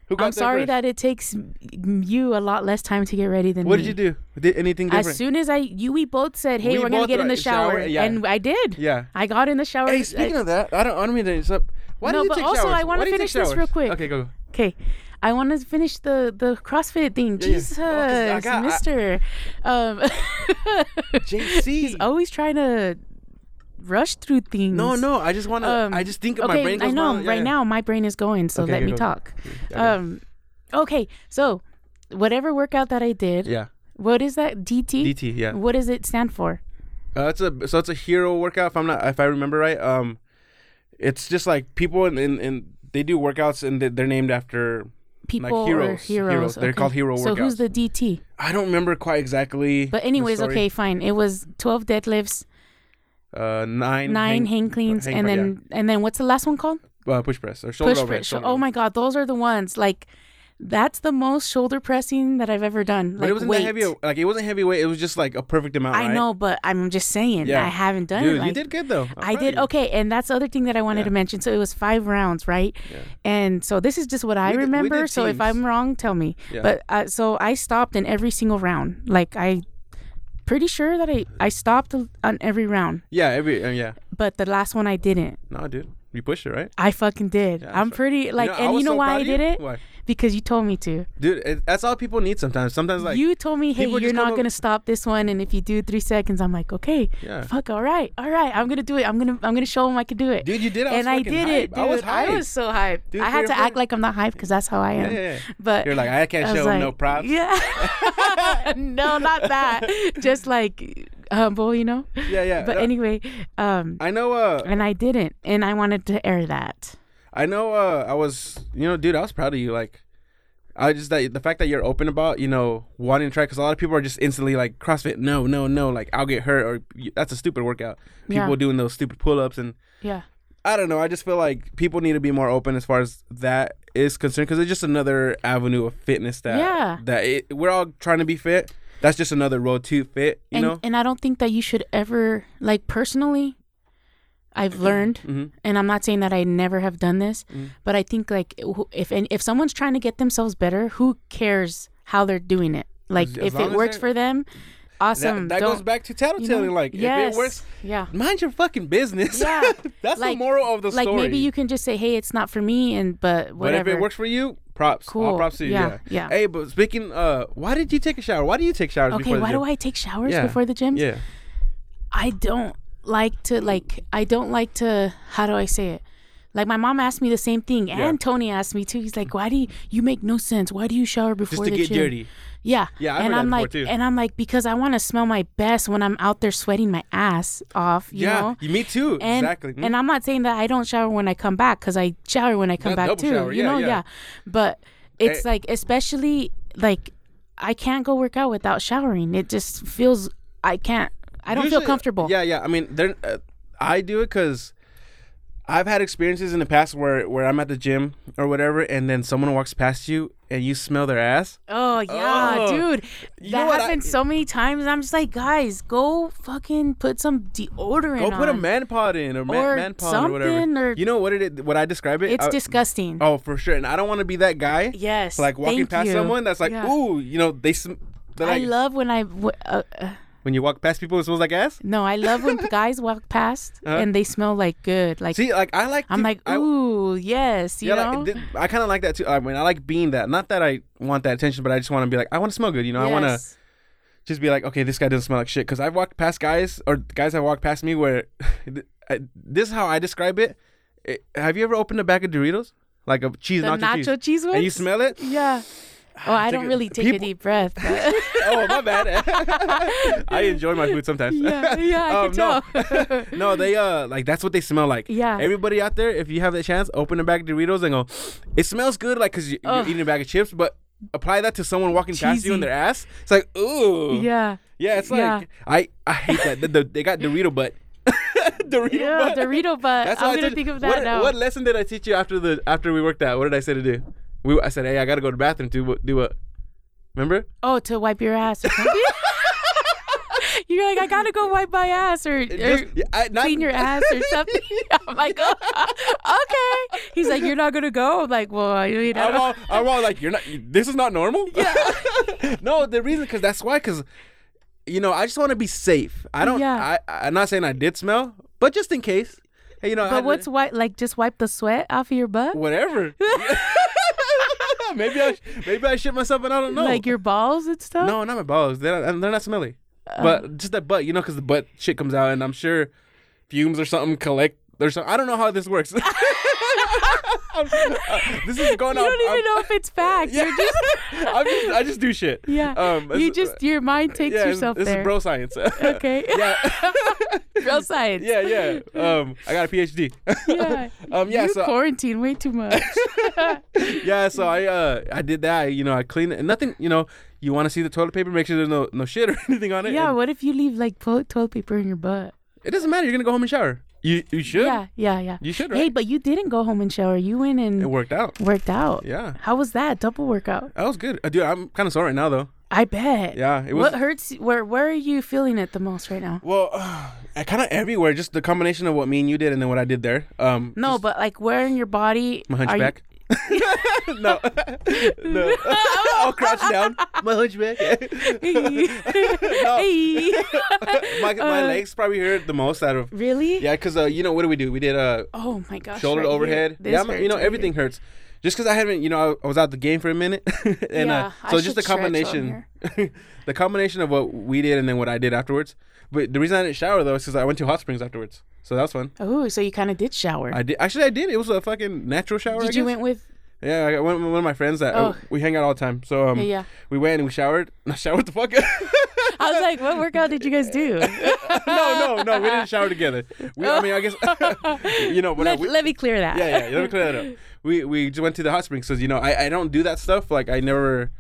S2: Who got
S1: I'm
S2: there
S1: sorry
S2: first?
S1: that it takes m- you a lot less time to get ready than
S2: What
S1: me.
S2: did you do? Did anything different?
S1: As soon as I, you, we both said, "Hey,
S2: We
S1: we are gonna
S2: both
S1: get in
S2: were-
S1: the shower,",
S2: shower, yeah.
S1: and I did.
S2: yeah.
S1: I got in the shower.
S2: Hey, speaking of that, I don't, I don't mean to interrupt. Why
S1: No,
S2: do you
S1: but
S2: take
S1: also,
S2: showers?
S1: I wanna
S2: Why do you take
S1: finish this
S2: showers?
S1: real quick.
S2: Okay, go. go.
S1: okay, I want to finish the the CrossFit thing.
S2: yeah.
S1: Jesus,
S2: Oh, 'cause I got- I-
S1: Mister, um, (laughs)
S2: JC.
S1: he's always trying to rush through things.
S2: no, no, I just want to.
S1: Um,
S2: I just think
S1: okay,
S2: of my brain.
S1: I
S2: goes
S1: know.
S2: wild. Yeah,
S1: right
S2: yeah.
S1: now, my brain is going, so
S2: Okay,
S1: let
S2: okay,
S1: me
S2: go.
S1: talk.
S2: Okay.
S1: Um, okay, so whatever workout that I did,
S2: yeah,
S1: what is that DT?
S2: DT. Yeah,
S1: What does it stand for?
S2: uh, it's a so it's a hero workout. If I'm not, if I remember right, um, it's just like people in in, in they do workouts and they- they're named after.
S1: People or
S2: heroes,
S1: heroes?
S2: heroes. They're
S1: okay.
S2: called hero
S1: So who's
S2: workouts.
S1: the DT?
S2: I don't remember quite exactly.
S1: But
S2: the
S1: anyways,
S2: story.
S1: okay, fine. It was twelve deadlifts,
S2: Uh, nine,
S1: nine
S2: hang,
S1: hang cleans,
S2: hang
S1: and
S2: pre-
S1: then and then what's the last one called?
S2: uh, push press or shoulder
S1: Push
S2: overhead,
S1: press.
S2: shoulder
S1: oh
S2: overhead.
S1: my god, those are the ones. Like that's the most shoulder pressing that I've ever done. Like
S2: But it wasn't
S1: weight.
S2: that heavy. Like it wasn't heavyweight. It was just like a perfect amount.
S1: I
S2: right?
S1: know, but I'm just saying
S2: Yeah.
S1: I haven't done
S2: dude.
S1: it. Like,
S2: you did good though.
S1: I
S2: I'm proud
S1: did
S2: of you.
S1: okay, and that's the other thing that I wanted to
S2: Yeah.
S1: mention. So it was five rounds, right? And so this is just what I
S2: We did- we did
S1: remember. so if
S2: teams.
S1: I'm wrong, tell me.
S2: Yeah.
S1: But uh, so I stopped in every single round. Like I, pretty sure that I I stopped on every round,
S2: Yeah, every uh, yeah.
S1: but the last one I didn't.
S2: No, dude, you pushed it right.
S1: I fucking did.
S2: that's
S1: I'm
S2: right.
S1: pretty like,
S2: know, I
S1: and
S2: was
S1: you know
S2: so
S1: why
S2: proud
S1: I
S2: of you.
S1: did it?
S2: Why?
S1: Because you told me to.
S2: Dude, it, that's all people need sometimes. Sometimes like
S1: you told me, hey,
S2: people
S1: you're
S2: just come
S1: not
S2: up-
S1: gonna stop this one, and if you do three seconds, I'm like, okay,
S2: Yeah.
S1: fuck, all right, all right, I'm gonna do it. I'm gonna, I'm gonna show them I can do it.
S2: Dude, you did. I was
S1: and I
S2: fucking
S1: did it,
S2: hype.
S1: dude.
S2: I was hyped.
S1: so hyped.
S2: Dude,
S1: I
S2: for
S1: had
S2: your
S1: to
S2: friend-
S1: act like I'm not hyped because that's how I am.
S2: Yeah, yeah, yeah.
S1: But
S2: You're like, I can't
S1: was
S2: show him no props. (laughs)
S1: Yeah. (laughs) no, not that. Just like humble, you know.
S2: Yeah, yeah.
S1: But
S2: No,
S1: anyway, um,
S2: I know. Uh,
S1: and I didn't, and I wanted to air that.
S2: I know. Uh, I was, you know, dude, I was proud of you. Like, I just that the fact that you're open about, you know, wanting to try, because a lot of people are just instantly like CrossFit, no, no, no, like I'll get hurt or "You- that's a stupid workout. People
S1: Yeah.
S2: doing those stupid pull-ups and
S1: Yeah.
S2: I don't know. I just feel like people need to be more open as far as that is concerned because it's just another avenue of fitness that
S1: Yeah.
S2: that it, we're all trying to be fit. That's just another road to fit, you
S1: and,
S2: know.
S1: and I don't think that you should ever like personally.
S2: Mm-hmm.
S1: I've learned, and I'm not saying that I never have done this,
S2: Mm.
S1: but I think like wh- if and if someone's trying to get themselves better, who cares how they're doing it? Like
S2: As- as
S1: if
S2: long
S1: it
S2: as
S1: works
S2: they're-
S1: for them, awesome.
S2: that that
S1: Don't-
S2: goes back to
S1: you know?
S2: tattletelling. Like, if
S1: Yes.
S2: it works,
S1: yeah.
S2: mind your fucking business. (laughs)
S1: Yeah.
S2: that's the
S1: Like-
S2: moral of the
S1: Like
S2: story.
S1: maybe you can just say, "Hey, it's not for me," and but
S2: But
S1: whatever.
S2: if it works for you, props. All
S1: Cool.
S2: props to you. Yeah.
S1: Yeah, yeah.
S2: Hey, but speaking, uh, why did you take a shower? Why do you take showers?
S1: okay,
S2: before
S1: why
S2: the
S1: do I take showers
S2: Yeah.
S1: before the gym?
S2: Yeah.
S1: I don't like to like I don't like to how do I say it? Like my mom asked me the same thing and
S2: Yeah.
S1: Tony asked me too. He's like, "Why do you, you make no sense? Why do you shower
S2: Just
S1: before
S2: to
S1: the
S2: get
S1: gym?"
S2: dirty.
S1: Yeah.
S2: Yeah, I've
S1: and
S2: heard that
S1: I'm
S2: before
S1: like
S2: too.
S1: and I'm like because I want to smell my best when I'm out there sweating my ass off, you
S2: yeah.
S1: know?
S2: You, me too.
S1: And,
S2: exactly. Mm.
S1: and I'm not saying that I don't shower when I come back because I shower when I come
S2: Yeah,
S1: back
S2: double
S1: too.
S2: shower.
S1: You
S2: Yeah,
S1: know,
S2: yeah.
S1: But it's
S2: Eh.
S1: like, especially like, I can't go work out without showering. It just feels I can't. I don't
S2: Mm. Usually-
S1: feel comfortable.
S2: Yeah, yeah. I mean, they're, uh, I do it because I've had experiences in the past where where I'm at the gym or whatever, and then someone walks past you and you smell their ass.
S1: Oh yeah,
S2: Oh.
S1: dude.
S2: You know
S1: that
S2: what I-
S1: happened so many times. I'm just like, guys, go fucking put some deodorant.
S2: Go Oh, put a
S1: on.
S2: man pod in or man,
S1: Or
S2: man pod or
S1: something,
S2: whatever.
S1: or-
S2: you know what it what I describe it?
S1: It's
S2: I-
S1: disgusting.
S2: Oh, for sure. And I don't want to be that guy.
S1: yes.
S2: Like walking
S1: thank
S2: past
S1: you.
S2: someone that's like,
S1: Yeah.
S2: ooh, you know, they. Sm- they're
S1: I
S2: like,
S1: love when I w- uh, uh,
S2: when you walk past people, it smells like ass.
S1: no, I love
S2: (laughs)
S1: when guys walk past and they smell like good. Like
S2: Uh-huh. See, like I like.
S1: I'm
S2: to-
S1: like,
S2: I-
S1: ooh, yes, you
S2: yeah,
S1: know.
S2: like, th- I kind of like that too. I mean, I like being that. Not that I want that attention, but I just want to be like, I want to smell good. You know, I want to
S1: Yes.
S2: just be like, okay, this guy doesn't smell like shit. Because I've walked past guys or guys have walked past me where (laughs) I, this is how I describe it. It- Have you ever opened a bag of Doritos, like a cheese
S1: the
S2: nacho,
S1: nacho,
S2: cheese,
S1: cheese, ones.
S2: and you smell it?
S1: (sighs)
S2: (sighs)
S1: Yeah. Oh, I
S2: Take
S1: don't
S2: a-
S1: really take a
S2: people-
S1: deep breath.
S2: (laughs)
S1: but-
S2: oh,
S1: (laughs)
S2: my bad. I enjoy my food sometimes.
S1: yeah, yeah, I
S2: (laughs) Um,
S1: can
S2: no.
S1: tell.
S2: no, (laughs) they uh like that's what they smell like.
S1: Yeah.
S2: Everybody out there, if you have the chance, open a bag of Doritos and go. It smells good, like because you, you're
S1: Ugh.
S2: eating a bag of chips, but apply that to someone walking past you in
S1: Cheesy.
S2: their ass. It's like
S1: (laughs)
S2: ooh.
S1: yeah.
S2: Yeah, it's like
S1: Yeah.
S2: I I hate that. The- the- they got Dorito butt. (laughs) Dorito
S1: Yeah,
S2: butt.
S1: Dorito butt.
S2: That's how
S1: I'm
S2: I
S1: gonna
S2: told-
S1: think of
S2: what,
S1: that now.
S2: What lesson did I teach you after the after we worked out? What did I say to do? We I said, hey, I gotta go to the bathroom to do what? Remember?
S1: Oh, to wipe your ass. or
S2: (laughs)
S1: something? (laughs) You're like, I gotta go wipe my ass or, or
S2: Just- yeah, I- not- (laughs)
S1: clean your ass or something. (laughs) I'm like, oh, (laughs) okay. He's like, you're not gonna go. I'm like, well, you know.
S2: I'm all, I'm all like, you're not. you- This is not normal. Yeah. (laughs) no, the reason because that's why because, you know, I just want to be safe. I don't.
S1: Yeah.
S2: I, I'm not saying I did smell, but just in case, Hey, you know. I,
S1: but what's white? Like, just wipe the sweat off of your butt. (laughs)
S2: (laughs) whatever? (laughs) maybe I sh- maybe I shit myself and I don't know.
S1: Like your Uh. balls and stuff.
S2: no, not my balls. They're not, they're not smelly. but just that butt, you know, because the butt shit comes out, and I'm sure fumes or something collect. There's some, I don't know how
S1: (laughs)
S2: this works. (laughs) uh, this is going
S1: You
S2: off.
S1: don't even
S2: I'm-
S1: know if it's (laughs) fact.
S2: (laughs) Yeah.
S1: You're just
S2: I'm just, I just do shit. (laughs) Um,
S1: yeah. you
S2: it's- uh,
S1: just your mind takes
S2: yeah, it's-
S1: yourself
S2: this
S1: there. (laughs)
S2: is bro science. (laughs)
S1: okay.
S2: yeah,
S1: (laughs)
S2: (laughs)
S1: Real science.
S2: yeah, yeah. Um, I got a PhD.
S1: Yeah.
S2: (laughs) um, yeah.
S1: you
S2: So
S1: quarantine way too
S2: (laughs)
S1: much.
S2: yeah, so I uh I did that. I, you know, I cleaned it. Nothing. You know, you want to see the toilet paper? Make sure there's no no shit (laughs) or anything on it.
S1: yeah.
S2: and
S1: What if you leave like po- toilet paper in your butt?
S2: it doesn't matter. You're gonna go home and shower. You you should.
S1: Yeah. Yeah. Yeah.
S2: You should. Right?
S1: Hey, but you didn't go home and shower. You went and
S2: it worked out.
S1: worked out.
S2: Yeah,
S1: How was that double workout?
S2: that was good, uh, dude. I'm kind of sore right now though.
S1: I bet.
S2: Yeah, it was.
S1: What hurts? Where Where are you feeling it the most right now?
S2: Well, (sighs) I kind of everywhere. Just the combination of what me and you did, and then what I did there. Um,
S1: No,
S2: just
S1: but like where in your body?
S2: my
S1: are you- (laughs)
S2: hunchback. (laughs) no, no. (laughs) I'll crouch down. My hunchback.
S1: Hey.
S2: (laughs) my my
S1: Uh,
S2: legs probably hurt the most out of.
S1: Really?
S2: Yeah, cause uh, you know what do we do? We did uh
S1: Oh my gosh.
S2: shoulder
S1: right
S2: to
S1: here.
S2: overhead.
S1: This
S2: Yeah, I'm- you
S1: hurts
S2: know
S1: right
S2: everything hurts. Just cause I haven't, you know, I, I was out the game for a minute, (laughs) and
S1: Yeah,
S2: uh,
S1: I
S2: so just
S1: should
S2: the
S1: stretch while I'm
S2: combination, (laughs) the combination of what we did and then what I did afterwards. But the reason I didn't shower though is because I went to hot springs afterwards, so that was fun.
S1: here. Oh, so you kind of did shower.
S2: I did actually I did. It was a fucking natural shower. I
S1: did you
S2: guess.
S1: went with?
S2: Yeah, I went with one of my friends that uh,
S1: Oh.
S2: we hang out all the time. So um,
S1: Yeah, yeah.
S2: (laughs) we went and we showered. No, showered the fuck.
S1: I was like, what workout did you guys
S2: (laughs)
S1: do?
S2: no, no, no. We didn't shower together. We, I mean, I guess (laughs)
S1: (laughs)
S2: you know.
S1: let,
S2: whatever. we,
S1: let me clear that.
S2: yeah, yeah. Let me clear that up. We we just went to the hot springs because you know I I don't do that stuff. Like I never,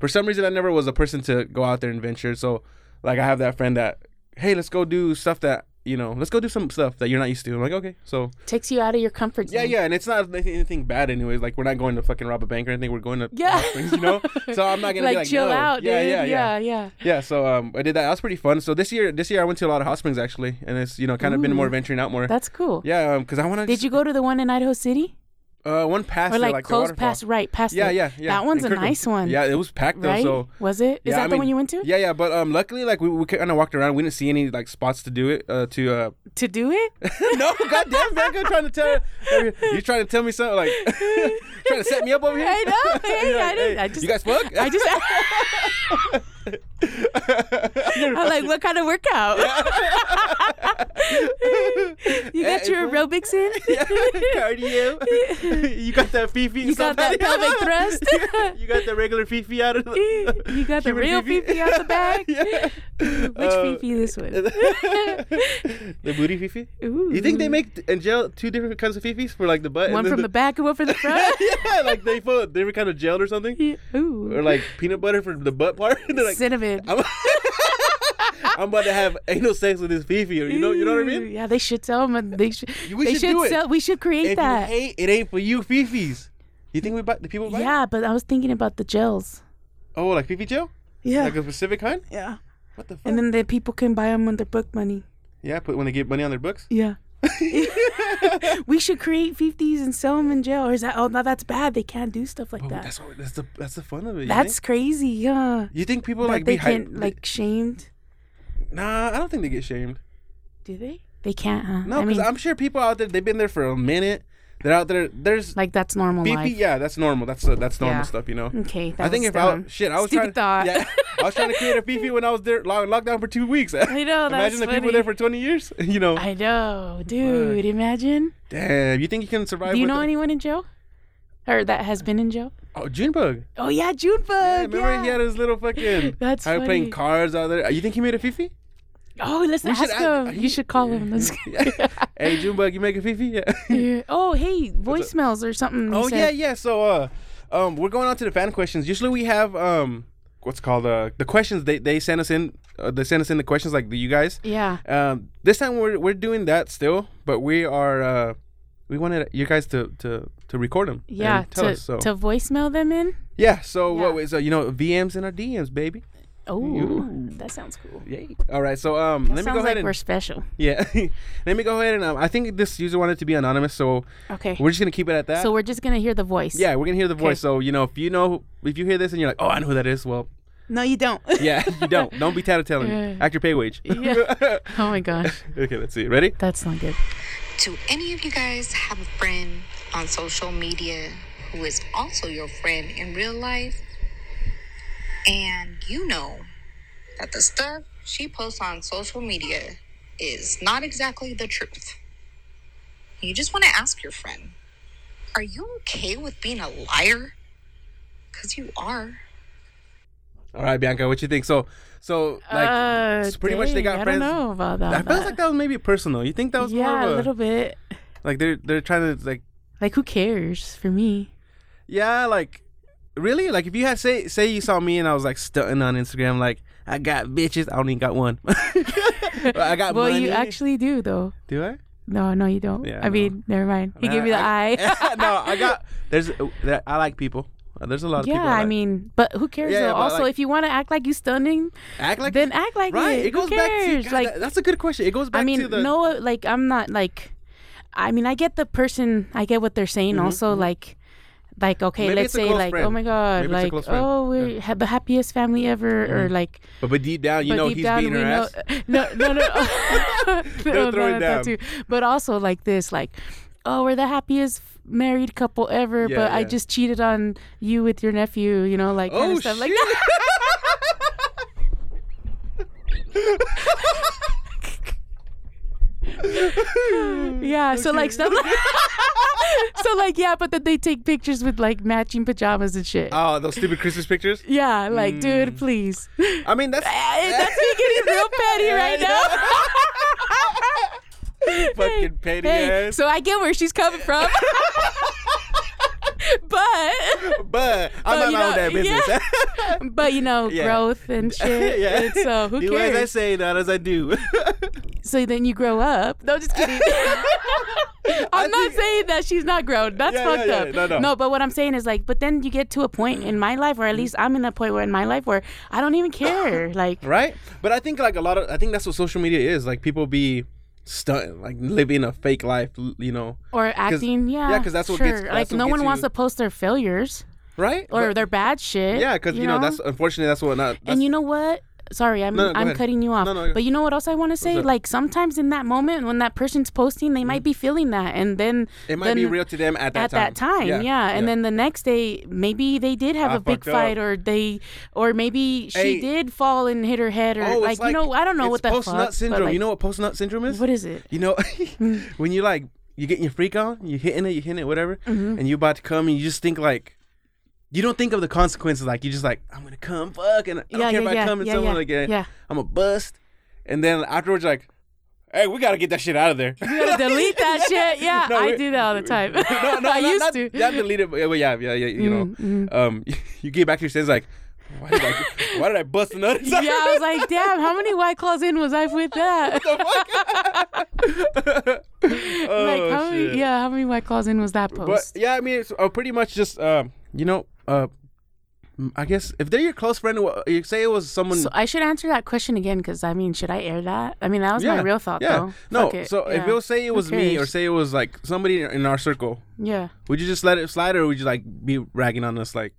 S2: for some reason, I never was a person to go out there and venture. So like I have that friend that hey, let's go do stuff that you know, let's go do some stuff that you're not used to. I'm like okay, so
S1: Takes you out of your comfort
S2: yeah,
S1: zone.
S2: yeah, and it's not anything, anything bad, anyways. Like we're not going to fucking rob a bank or anything. We're going to
S1: Yeah.
S2: hot springs, you
S1: (laughs)
S2: know. So I'm not gonna
S1: Like,
S2: be like
S1: chill
S2: no.
S1: out,
S2: yeah,
S1: dude.
S2: yeah,
S1: yeah,
S2: yeah,
S1: yeah.
S2: yeah. So um, I did that. That was pretty fun. So this year, this year I went to a lot of hot springs actually, and it's you know kind of been
S1: Ooh.
S2: more venturing out more.
S1: That's cool.
S2: yeah, um, because I want to.
S1: Did you go to the one in Idaho City?
S2: Uh, one past
S1: Or
S2: there,
S1: like,
S2: like the
S1: close
S2: waterfall.
S1: past right past
S2: Yeah,
S1: it?
S2: yeah, yeah.
S1: That one's
S2: in
S1: a
S2: Kirkland.
S1: nice one.
S2: Yeah, it was packed though.
S1: Right?
S2: So
S1: was it? Is
S2: yeah,
S1: that
S2: I
S1: the one
S2: mean,
S1: you went to?
S2: Yeah, yeah. But um, luckily, like we, we kind of walked around. We didn't see any like spots to do it. Uh, to uh,
S1: To do it?
S2: (laughs) no, goddamn, Becca, trying to tell you trying to tell me something like (laughs) trying to set me up over here.
S1: I
S2: (laughs)
S1: know. Hey,
S2: You're
S1: I
S2: like,
S1: didn't-
S2: "Hey,
S1: I just-
S2: you guys fuck.
S1: I
S2: (laughs)
S1: just (laughs) I'm like, what (laughs) kind of workout? (laughs) you got
S2: Eh,
S1: your
S2: well-
S1: aerobics
S2: (laughs)
S1: in? (laughs)
S2: cardio. you got that fifi.
S1: You got that pelvic
S2: (laughs)
S1: thrust?
S2: you got the regular fifi out of the.
S1: (laughs) you got the
S2: human
S1: real fifi
S2: (laughs)
S1: out the back?
S2: yeah. Uh,
S1: Which fifi this one?
S2: (laughs) the
S1: (laughs)
S2: booty fifi.
S1: Ooh.
S2: You think they make th- in jail two different kinds of fifis for like the butt? and
S1: Mm-hmm. one
S2: then
S1: from the
S2: (laughs)
S1: back and one from the front?
S2: yeah, like they put different kind of gel or something,
S1: Yeah, Ooh.
S2: or like peanut butter for the butt part. (laughs) They're like,
S1: Cinnamon.
S2: I'm, (laughs) I'm about to have anal sex with this fifi. You know, you know what I
S1: Ooh,
S2: mean?
S1: Yeah, they should sell them. They should.
S2: You- we
S1: they
S2: should do it.
S1: sell. We should create
S2: If
S1: that.
S2: you hate, it ain't for you, fifis. You think we buy the people buy? it?
S1: yeah, but I was thinking about the gels.
S2: Oh, like fifi gel,
S1: Yeah.
S2: like a specific kind.
S1: yeah.
S2: What the fuck?
S1: And then the people can buy them with their book money.
S2: yeah, put when they get money on their books.
S1: Yeah. (laughs) we should create 50s and sell them in jail. Or is that, oh, no, that's bad. They can't do stuff like
S2: Oh,
S1: that.
S2: that's what, that's the that's the fun of it. you
S1: That's crazy. Yeah.
S2: think? you think people
S1: That
S2: like
S1: they
S2: be hype-
S1: can't, like, shamed.
S2: Nah, I don't think they get shamed.
S1: Do they? They can't, huh?
S2: No,
S1: I
S2: because
S1: mean,
S2: I'm sure people out there they've been there for a minute. They're out there. There's
S1: like, that's normal
S2: BP,
S1: life.
S2: yeah, that's normal. That's uh, that's normal
S1: Yeah.
S2: stuff, you know.
S1: Okay. That
S2: I think
S1: was
S2: if
S1: dumb.
S2: I shit, I was
S1: Stupid
S2: trying.
S1: thought.
S2: Yeah, I was trying to
S1: (laughs)
S2: create a Fifi when I was there lo- locked down for two weeks. (laughs)
S1: I know, that's
S2: Imagine the people
S1: funny.
S2: there for twenty years. (laughs) You know,
S1: I know, dude. Imagine.
S2: damn. You think you can survive?
S1: Do you
S2: with
S1: know
S2: the-
S1: anyone in jail? Or that has been in jail?
S2: Oh, Junebug.
S1: Oh yeah, Junebug. Yeah,
S2: Yeah, remember he had his little fucking.
S1: (laughs) That's
S2: how he playing
S1: funny.
S2: cards out there. You think he made a Fifi?
S1: oh, let's
S2: We should
S1: ask
S2: add-
S1: him. You should
S2: (laughs)
S1: call him. Let's- (laughs)
S2: hey, Junebug, you make a Fifi? Yeah. (laughs)
S1: Yeah. Oh hey, voicemails or something. they
S2: oh
S1: said.
S2: yeah, yeah. So uh, um, we're going on to the fan questions. Usually we have um, what's called uh, the questions they they send us in. Uh, they send us in the questions like the you guys.
S1: Yeah.
S2: Um, this time we're we're doing that still, but we are uh, we wanted you guys to to to record them.
S1: Yeah.
S2: and tell
S1: to
S2: us. So
S1: to voicemail them in.
S2: yeah, so
S1: Yeah.
S2: what was so you know VMs and our DMs, baby.
S1: Oh,
S2: Ooh.
S1: that sounds cool.
S2: Yay! All right, so um,
S1: That
S2: let me
S1: sounds
S2: go ahead
S1: like we're
S2: and
S1: special.
S2: (laughs) yeah, let me go ahead and um, I think this user wanted to be anonymous, so
S1: Okay.
S2: we're just gonna keep it at that.
S1: so we're just gonna hear the voice.
S2: yeah, we're gonna hear the voice. So you know, if you know, if you hear this and you're like, oh, I know who that
S1: (laughs)
S2: is. Well,
S1: No, you don't.
S2: yeah, (laughs) you don't. Don't be tattletailing.
S1: Yeah.
S2: Act your pay wage.
S1: Yeah. (laughs) oh my gosh,
S2: (laughs) okay, let's see. Ready?
S1: that's not good.
S3: Do any of you guys have a friend on social media who is also your friend in real life? And you know that the stuff she posts on social media is not exactly the truth. You just want to ask your friend, are you okay with being a liar? Because you are.
S2: All right, Bianca, what you think? So, so (laughs) like,
S1: uh,
S2: s- pretty much they
S1: dang,
S2: got
S1: I
S2: friends.
S1: don't know about that.
S2: I felt like that was maybe personal. You think that was
S1: yeah,
S2: more
S1: a
S2: of a,
S1: little bit.
S2: like they're they're trying to like
S1: Like who cares for me?
S2: yeah like really like if you had say say you saw me and I was like stunting on Instagram like I got bitches I only got one (laughs) I got
S1: well,
S2: money
S1: you actually do though.
S2: do I
S1: No, no, you don't.
S2: Yeah,
S1: I
S2: no.
S1: mean, never mind. He gave me the
S2: (laughs) I-
S1: eye.
S2: no I
S1: (laughs)
S2: got there's there, I like people there's a lot of
S1: yeah,
S2: people
S1: I
S2: like.
S1: mean, but who cares?
S2: Yeah,
S1: though?
S2: but,
S1: also,
S2: like-
S1: if you want to act like you stunning,
S2: act like
S1: then act like
S2: right
S1: it.
S2: it goes
S1: who
S2: back to
S1: cares?
S2: God,
S1: like,
S2: that- that's a good question it goes back
S1: I
S2: to
S1: mean,
S2: the
S1: no, like I'm not like. I mean, I get the person. I get what they're saying. also, like, like okay,
S2: Mm-hmm, Maybe
S1: let's
S2: it's
S1: say
S2: a close
S1: like,
S2: friend.
S1: oh my god,
S2: Maybe it's a
S1: like,
S2: close friend.
S1: oh, we're ha- the happiest family ever, or like,
S2: but, but deep down you
S1: but
S2: know
S1: deep
S2: he's
S1: down
S2: beating
S1: we
S2: her
S1: know
S2: ass
S1: (laughs) no
S2: (laughs)
S1: no no (laughs)
S2: They're throwing
S1: no, that
S2: down.
S1: too. but also like this like oh we're the happiest married couple ever
S2: Yeah,
S1: but i
S2: yeah.
S1: just cheated on you with your nephew you know like kind
S2: oh
S1: of stuff
S2: shit
S1: like that (laughs)
S2: Mm-hmm.
S1: yeah, so like stuff like
S2: (laughs)
S1: (laughs) So like yeah, but then they take pictures with like matching pajamas and shit.
S2: Oh, Mm. those stupid Christmas pictures.
S1: yeah, like dude,
S2: (laughs)
S1: please.
S2: I
S1: (laughs)
S2: mean, that's
S1: Eh, That's me getting real
S2: (laughs)
S1: petty right now. (laughs)
S2: fucking petty
S1: Hey,
S2: ass.
S1: so I get where she's coming
S2: (laughs)
S1: from. (laughs) but
S2: but
S1: But
S2: I'm not
S1: you
S2: my own
S1: know-
S2: damn business. (laughs)
S1: yeah. but you know,
S2: Yeah.
S1: growth and shit.
S2: (laughs) yeah.
S1: And so uh, who
S2: Do
S1: cares?
S2: as I say, not as I do. (laughs)
S1: so then you grow up. No, just kidding. (laughs) I'm not
S2: think-
S1: saying that she's not grown. That's
S2: Yeah, yeah,
S1: fucked
S2: yeah.
S1: up.
S2: No, Mm. no.
S1: but what I'm saying is like, but then you get to a point in my life, or at least I'm in a point where in my life where I don't even
S2: (laughs)
S1: care. Like,
S2: right? But I think like a lot of I think that's what social media is. Like people be stunting, like living a fake life, l- you know?
S1: or acting, yeah,
S2: yeah, 'cause that's what
S1: sure.
S2: gets- that's
S1: like
S2: what
S1: no
S2: gets
S1: one wants
S2: you-
S1: to post their failures
S2: Right?
S1: or
S2: But-
S1: their bad shit.
S2: yeah, because you, know, that's unfortunately that's what not. That's,
S1: and you know what? Sorry, I'm
S2: No, no, go
S1: I'm
S2: ahead.
S1: cutting you off.
S2: No, no, go-
S1: but you know what else I want to say?
S2: that? Mm.
S1: Like sometimes in that moment when that person's posting, they might be feeling that, and then
S2: it might
S1: then
S2: be real to them at that
S1: at
S2: time.
S1: that time, yeah. And then the next day, maybe they did have
S2: I
S1: a big
S2: fucked up.
S1: fight, or they, or maybe she
S2: Hey.
S1: did fall and hit her head, or
S2: Oh,
S1: like,
S2: it's
S1: you know, I don't know what
S2: it's
S1: the
S2: post
S1: fuck.
S2: nut
S1: but,
S2: syndrome.
S1: like,
S2: you know what post nut syndrome is?
S1: what is it?
S2: (laughs) You know, when you like you getting your freak on, you hitting it, you hitting it, whatever,
S1: Mm-hmm.
S2: and you about to come, and you just think like, you don't think of the consequences. Like you just like, I'm gonna come, fuck, and I don't
S1: Yeah,
S2: care
S1: yeah,
S2: if I
S1: yeah,
S2: come and
S1: yeah,
S2: someone
S1: yeah,
S2: like, eh,
S1: yeah.
S2: I'm a bust, and then afterwards you're like, hey, we gotta get that shit out of there.
S1: You gotta delete that shit. Yeah,
S2: No,
S1: I
S2: we-
S1: do that all the time.
S2: (laughs) no, no,
S1: (laughs) I
S2: not,
S1: used
S2: not,
S1: to. Mm-hmm.
S2: Not delete it, but yeah, (laughs) but yeah, yeah, yeah, you know, um, (laughs) you get back to your senses like, why did I, why did I bust another (laughs) time?
S1: yeah, I was like, damn, how many white claws in was I with that? (laughs) like,
S2: Oh,
S1: how
S2: shit.
S1: many, yeah, how many white claws in was that
S2: But
S1: post?
S2: yeah, I mean, it's uh, pretty much just um, you know, uh, m- I guess if they're your close friend, wha- you say it was someone.
S1: so I should answer that question again because I mean, should I air that? I mean, that was
S2: yeah,
S1: my real thought
S2: yeah.
S1: though.
S2: No,
S1: Fuck it.
S2: so if
S1: Yeah.
S2: you'll say it
S1: Who
S2: was me or
S1: cares?
S2: say it was like somebody in our circle,
S1: yeah.
S2: would you just let it slide or would you like be ragging on us like?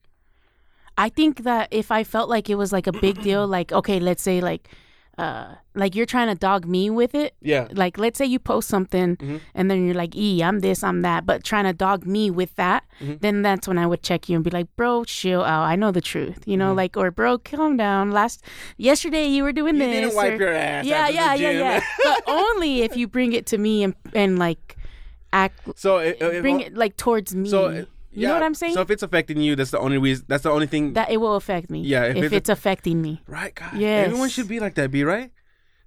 S1: I think that if I felt like it was like a big deal, like okay, let's say like uh like you're trying to dog me with it.
S2: Yeah. Mm-hmm.
S1: Like let's say you post something and then you're like, E, I'm this, I'm that, but trying to dog me with that,
S2: Mm-hmm.
S1: then that's when I would check you and be like, Bro, chill out. I know the truth. You
S2: Mm-hmm.
S1: know, like or bro, calm down. Last yesterday you were doing
S2: You
S1: this.
S2: didn't wipe
S1: or-
S2: your ass.
S1: yeah,
S2: after
S1: yeah,
S2: the
S1: yeah,
S2: gym.
S1: yeah. but only if you bring it to me and and like act
S2: (laughs) So it, it,
S1: bring it like towards me.
S2: So
S1: you
S2: it-
S1: know
S2: yeah,
S1: what I'm saying?
S2: So if it's affecting you, that's the only reason. That's the only thing.
S1: that it will affect me.
S2: Yeah, if
S1: if,
S2: it's
S1: it's,
S2: a-
S1: affecting me.
S2: right? God.
S1: Yes.
S2: Everyone should be like that. Be right.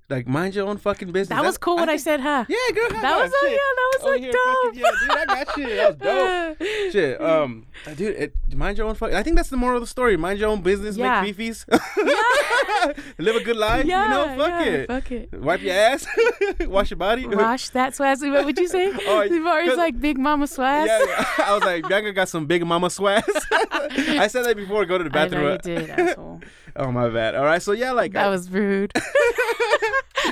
S2: Like mind your own fucking business.
S1: That was
S2: That's-
S1: cool what I,
S2: think-
S1: said, huh?
S2: Yeah, girl.
S1: That was so- yeah, that
S2: Oh,
S1: was, like, dope. Mm.
S2: yeah, dude, I got shit. That was
S1: (laughs)
S2: dope. shit. Um, uh, dude, it, mind your own fuck. I think that's the moral of the story. Mind your own business.
S1: Yeah.
S2: Make beefies. (laughs) Live a good life.
S1: Yeah,
S2: you know, fuck
S1: yeah,
S2: it.
S1: fuck
S2: (laughs)
S1: it.
S2: Wipe your ass. Wash your body. (laughs)
S1: Wash that swag. What would you say?
S2: Oh,
S1: oh, Zivari's
S2: 'cause-
S1: like big mama swag.
S2: Yeah,
S1: (laughs)
S2: (laughs) I was like, Bianca got some big mama swag. (laughs) I said that before. Go to the
S1: I
S2: bathroom.
S1: know you
S2: (laughs)
S1: did, asshole.
S2: Oh my bad. All right, so yeah, like
S1: That was
S2: (laughs)
S1: rude. (laughs)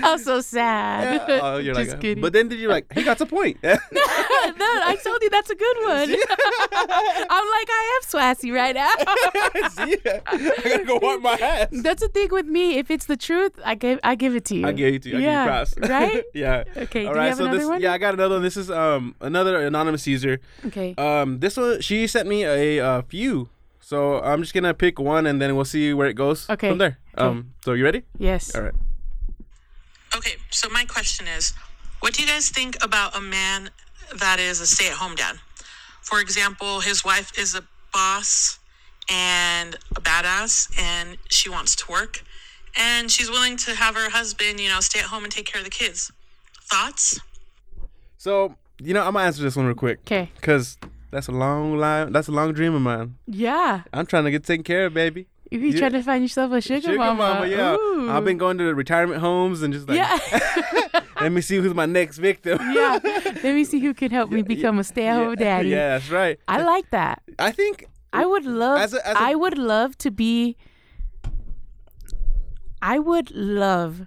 S1: I was so sad. (laughs)
S2: Yeah. Oh, you're
S1: Just
S2: like, uh,
S1: kidding.
S2: But then did you like he got
S1: (laughs)
S2: the point? (laughs)
S1: no, I told you that's a good one. (laughs) I'm like, I am swassy right
S2: (laughs)
S1: now. (laughs)
S2: See, I gotta go wipe my ass.
S1: that's the thing with me. If it's the truth, I give I give it to you.
S2: I give you two.
S1: yeah,
S2: I give (laughs) you props.
S1: right?
S2: yeah.
S1: Okay, do you
S2: All right.
S1: have
S2: so
S1: another
S2: this,
S1: one?
S2: yeah, I got another one. This is um another anonymous user.
S1: Okay.
S2: Um, this one she sent me a uh, few, so I'm just gonna pick one and then we'll see where it goes
S1: Okay.
S2: from there. Um, so you ready?
S1: yes.
S2: All right.
S4: Okay, so my question is what do you guys think about a man that is a stay at home dad? For example, his wife is a boss and a badass, and she wants to work, and she's willing to have her husband, you know, stay at home and take care of the kids. Thoughts?
S2: So you know I'm gonna answer this one real quick.
S1: 'Kay.
S2: Cause that's a long line. That's a long dream of mine.
S1: Yeah.
S2: I'm trying to get taken care of, baby.
S1: You, trying to find yourself a sugar,
S2: Sugar mama, yeah. I've been going to the retirement homes and just
S1: (laughs)
S2: like,
S1: Yeah.
S2: let me see who's my next victim.
S1: (laughs)
S2: (laughs)
S1: yeah. Let me see who can help me become a stay-at-home daddy.
S2: Yeah, that's right.
S1: I like that.
S2: I think
S1: I would love.
S2: As a- as a-
S1: I would love to be. I would love to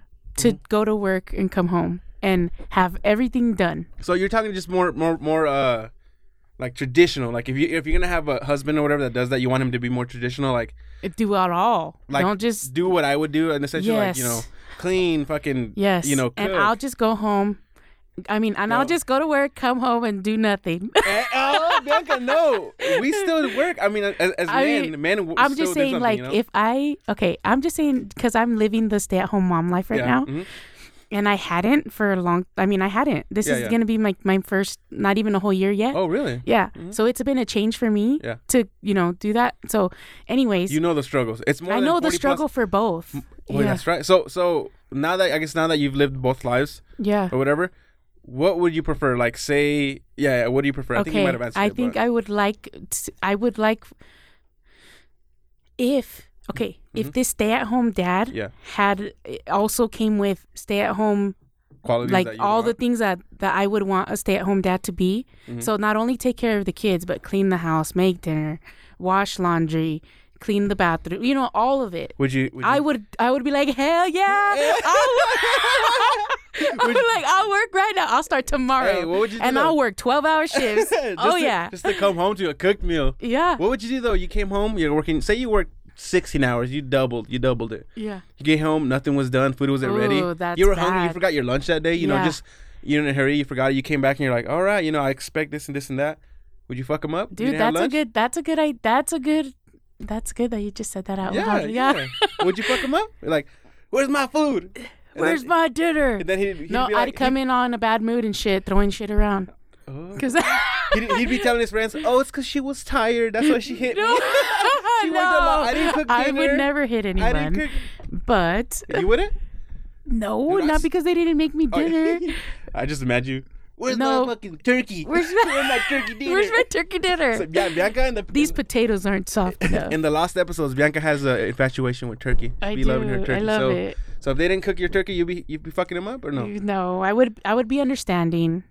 S2: Mm-hmm.
S1: go to work and come home and have everything done.
S2: So you're talking just more, more, more, uh, like traditional. Like if you if you're gonna have a husband or whatever that does that, you want him to be more traditional. Like
S1: Do it all.
S2: like
S1: Don't just.
S2: do what I would do, and essentially like you know
S1: Yes.
S2: clean, fucking
S1: Yes.
S2: you know, cook.
S1: and I'll just go home. I mean, and I'll
S2: No.
S1: just go to work, come home, and do nothing. (laughs)
S2: Eh, oh, Bianca, no, we still work. I mean, as, as
S1: I
S2: men,
S1: mean,
S2: men. w-
S1: I'm
S2: still
S1: just
S2: do
S1: saying,
S2: something,
S1: like,
S2: you know?
S1: if I okay, I'm just saying because I'm living the stay-at-home mom life right
S2: Yeah,
S1: now.
S2: mhm.
S1: and I hadn't for a long. I mean, I hadn't. This
S2: Yeah,
S1: is
S2: yeah.
S1: gonna be my my first, not even a whole year yet.
S2: Oh, really?
S1: Yeah. So it's been a change for me
S2: Yeah.
S1: to you know do that. So, anyways,
S2: You know the struggles. It's more.
S1: I
S2: than
S1: know the
S2: 40 plus-
S1: struggle for both.
S2: Oh,
S1: yeah.
S2: that's right. So, so now that I guess now that you've lived both lives
S1: Yeah.
S2: or whatever, what would you prefer? Like, say, yeah, yeah what do you prefer? Oh, I think you might have answered.
S1: I
S2: it,
S1: think
S2: but-
S1: I would like. t- I would like if okay if this stay-at-home dad
S2: Mm-hmm. Yeah.
S1: had it also came with stay-at-home
S2: qualities
S1: like
S2: that you
S1: all the
S2: want. Mm-hmm.
S1: things that that I would want a stay-at-home dad to be. So not only take care of the kids, but clean the house, make dinner, wash laundry, clean the bathroom. You know, all of it.
S2: Would you? Would
S1: I
S2: you-
S1: would I would be like, hell yeah.
S2: (laughs)
S1: I'll work. (laughs) I'll be like, I'll work right now. I'll start tomorrow.
S2: Hey, what would you do
S1: and
S2: though?
S1: I'll work twelve
S2: (laughs)
S1: hour shifts.
S2: Just
S1: oh
S2: to-
S1: yeah.
S2: Just to come home to a cooked meal.
S1: yeah.
S2: What would you do though? You came home. You're working. Say you worked 16 hours. You doubled. You doubled it.
S1: yeah.
S2: You get home. Nothing was done. Food wasn't ready.
S1: Ooh, that's
S2: you were hungry. You
S1: bad.
S2: forgot your lunch that day. You know,
S1: Yeah.
S2: just you're in a hurry. You forgot it. You came back and you're like, all right, you know, I expect this and this and that. Would you fuck them up? You
S1: Dude,
S2: didn't have
S1: that's a
S2: lunch?
S1: good that's a good I that's a good that's good that you just said that out
S2: Yeah,
S1: loud. Yeah.
S2: yeah. Would you fuck him up? You're like, where's my food? And
S1: (laughs) Where's
S2: then,
S1: my dinner?
S2: And then he'd, he'd
S1: no,
S2: be like,
S1: I'd come in on a bad mood and shit, throwing shit around.
S2: Oh.
S1: Cause (laughs)
S2: He'd, he'd be telling his friends, "Oh, it's because she was tired. That's why she hit
S1: (laughs)
S2: me.
S1: no,
S2: (laughs) she worked a lot. I didn't cook
S1: I
S2: dinner.
S1: would never hit anyone.
S2: I didn't cook.
S1: But
S2: You wouldn't?
S1: no,
S2: Dude, I
S1: not
S2: s-
S1: because they didn't make
S2: Oh,
S1: me dinner.
S2: (laughs) I just imagine you. Where's
S1: Mm-hmm. No.
S2: my fucking
S1: (laughs)
S2: turkey?
S1: Where's my-
S2: turkey
S1: (laughs)
S2: dinner?
S1: Where's my turkey dinner?
S2: So, yeah, Bianca in the
S1: (laughs) These potatoes aren't soft enough.
S2: (laughs) in the last episodes, Bianca has an infatuation with turkey.
S1: I
S2: be loving her
S1: do. I
S2: turkey.
S1: love
S2: so,
S1: it.
S2: so if they didn't cook your turkey, you'd be you'd be fucking him up or no?
S1: You know, I would I would be understanding.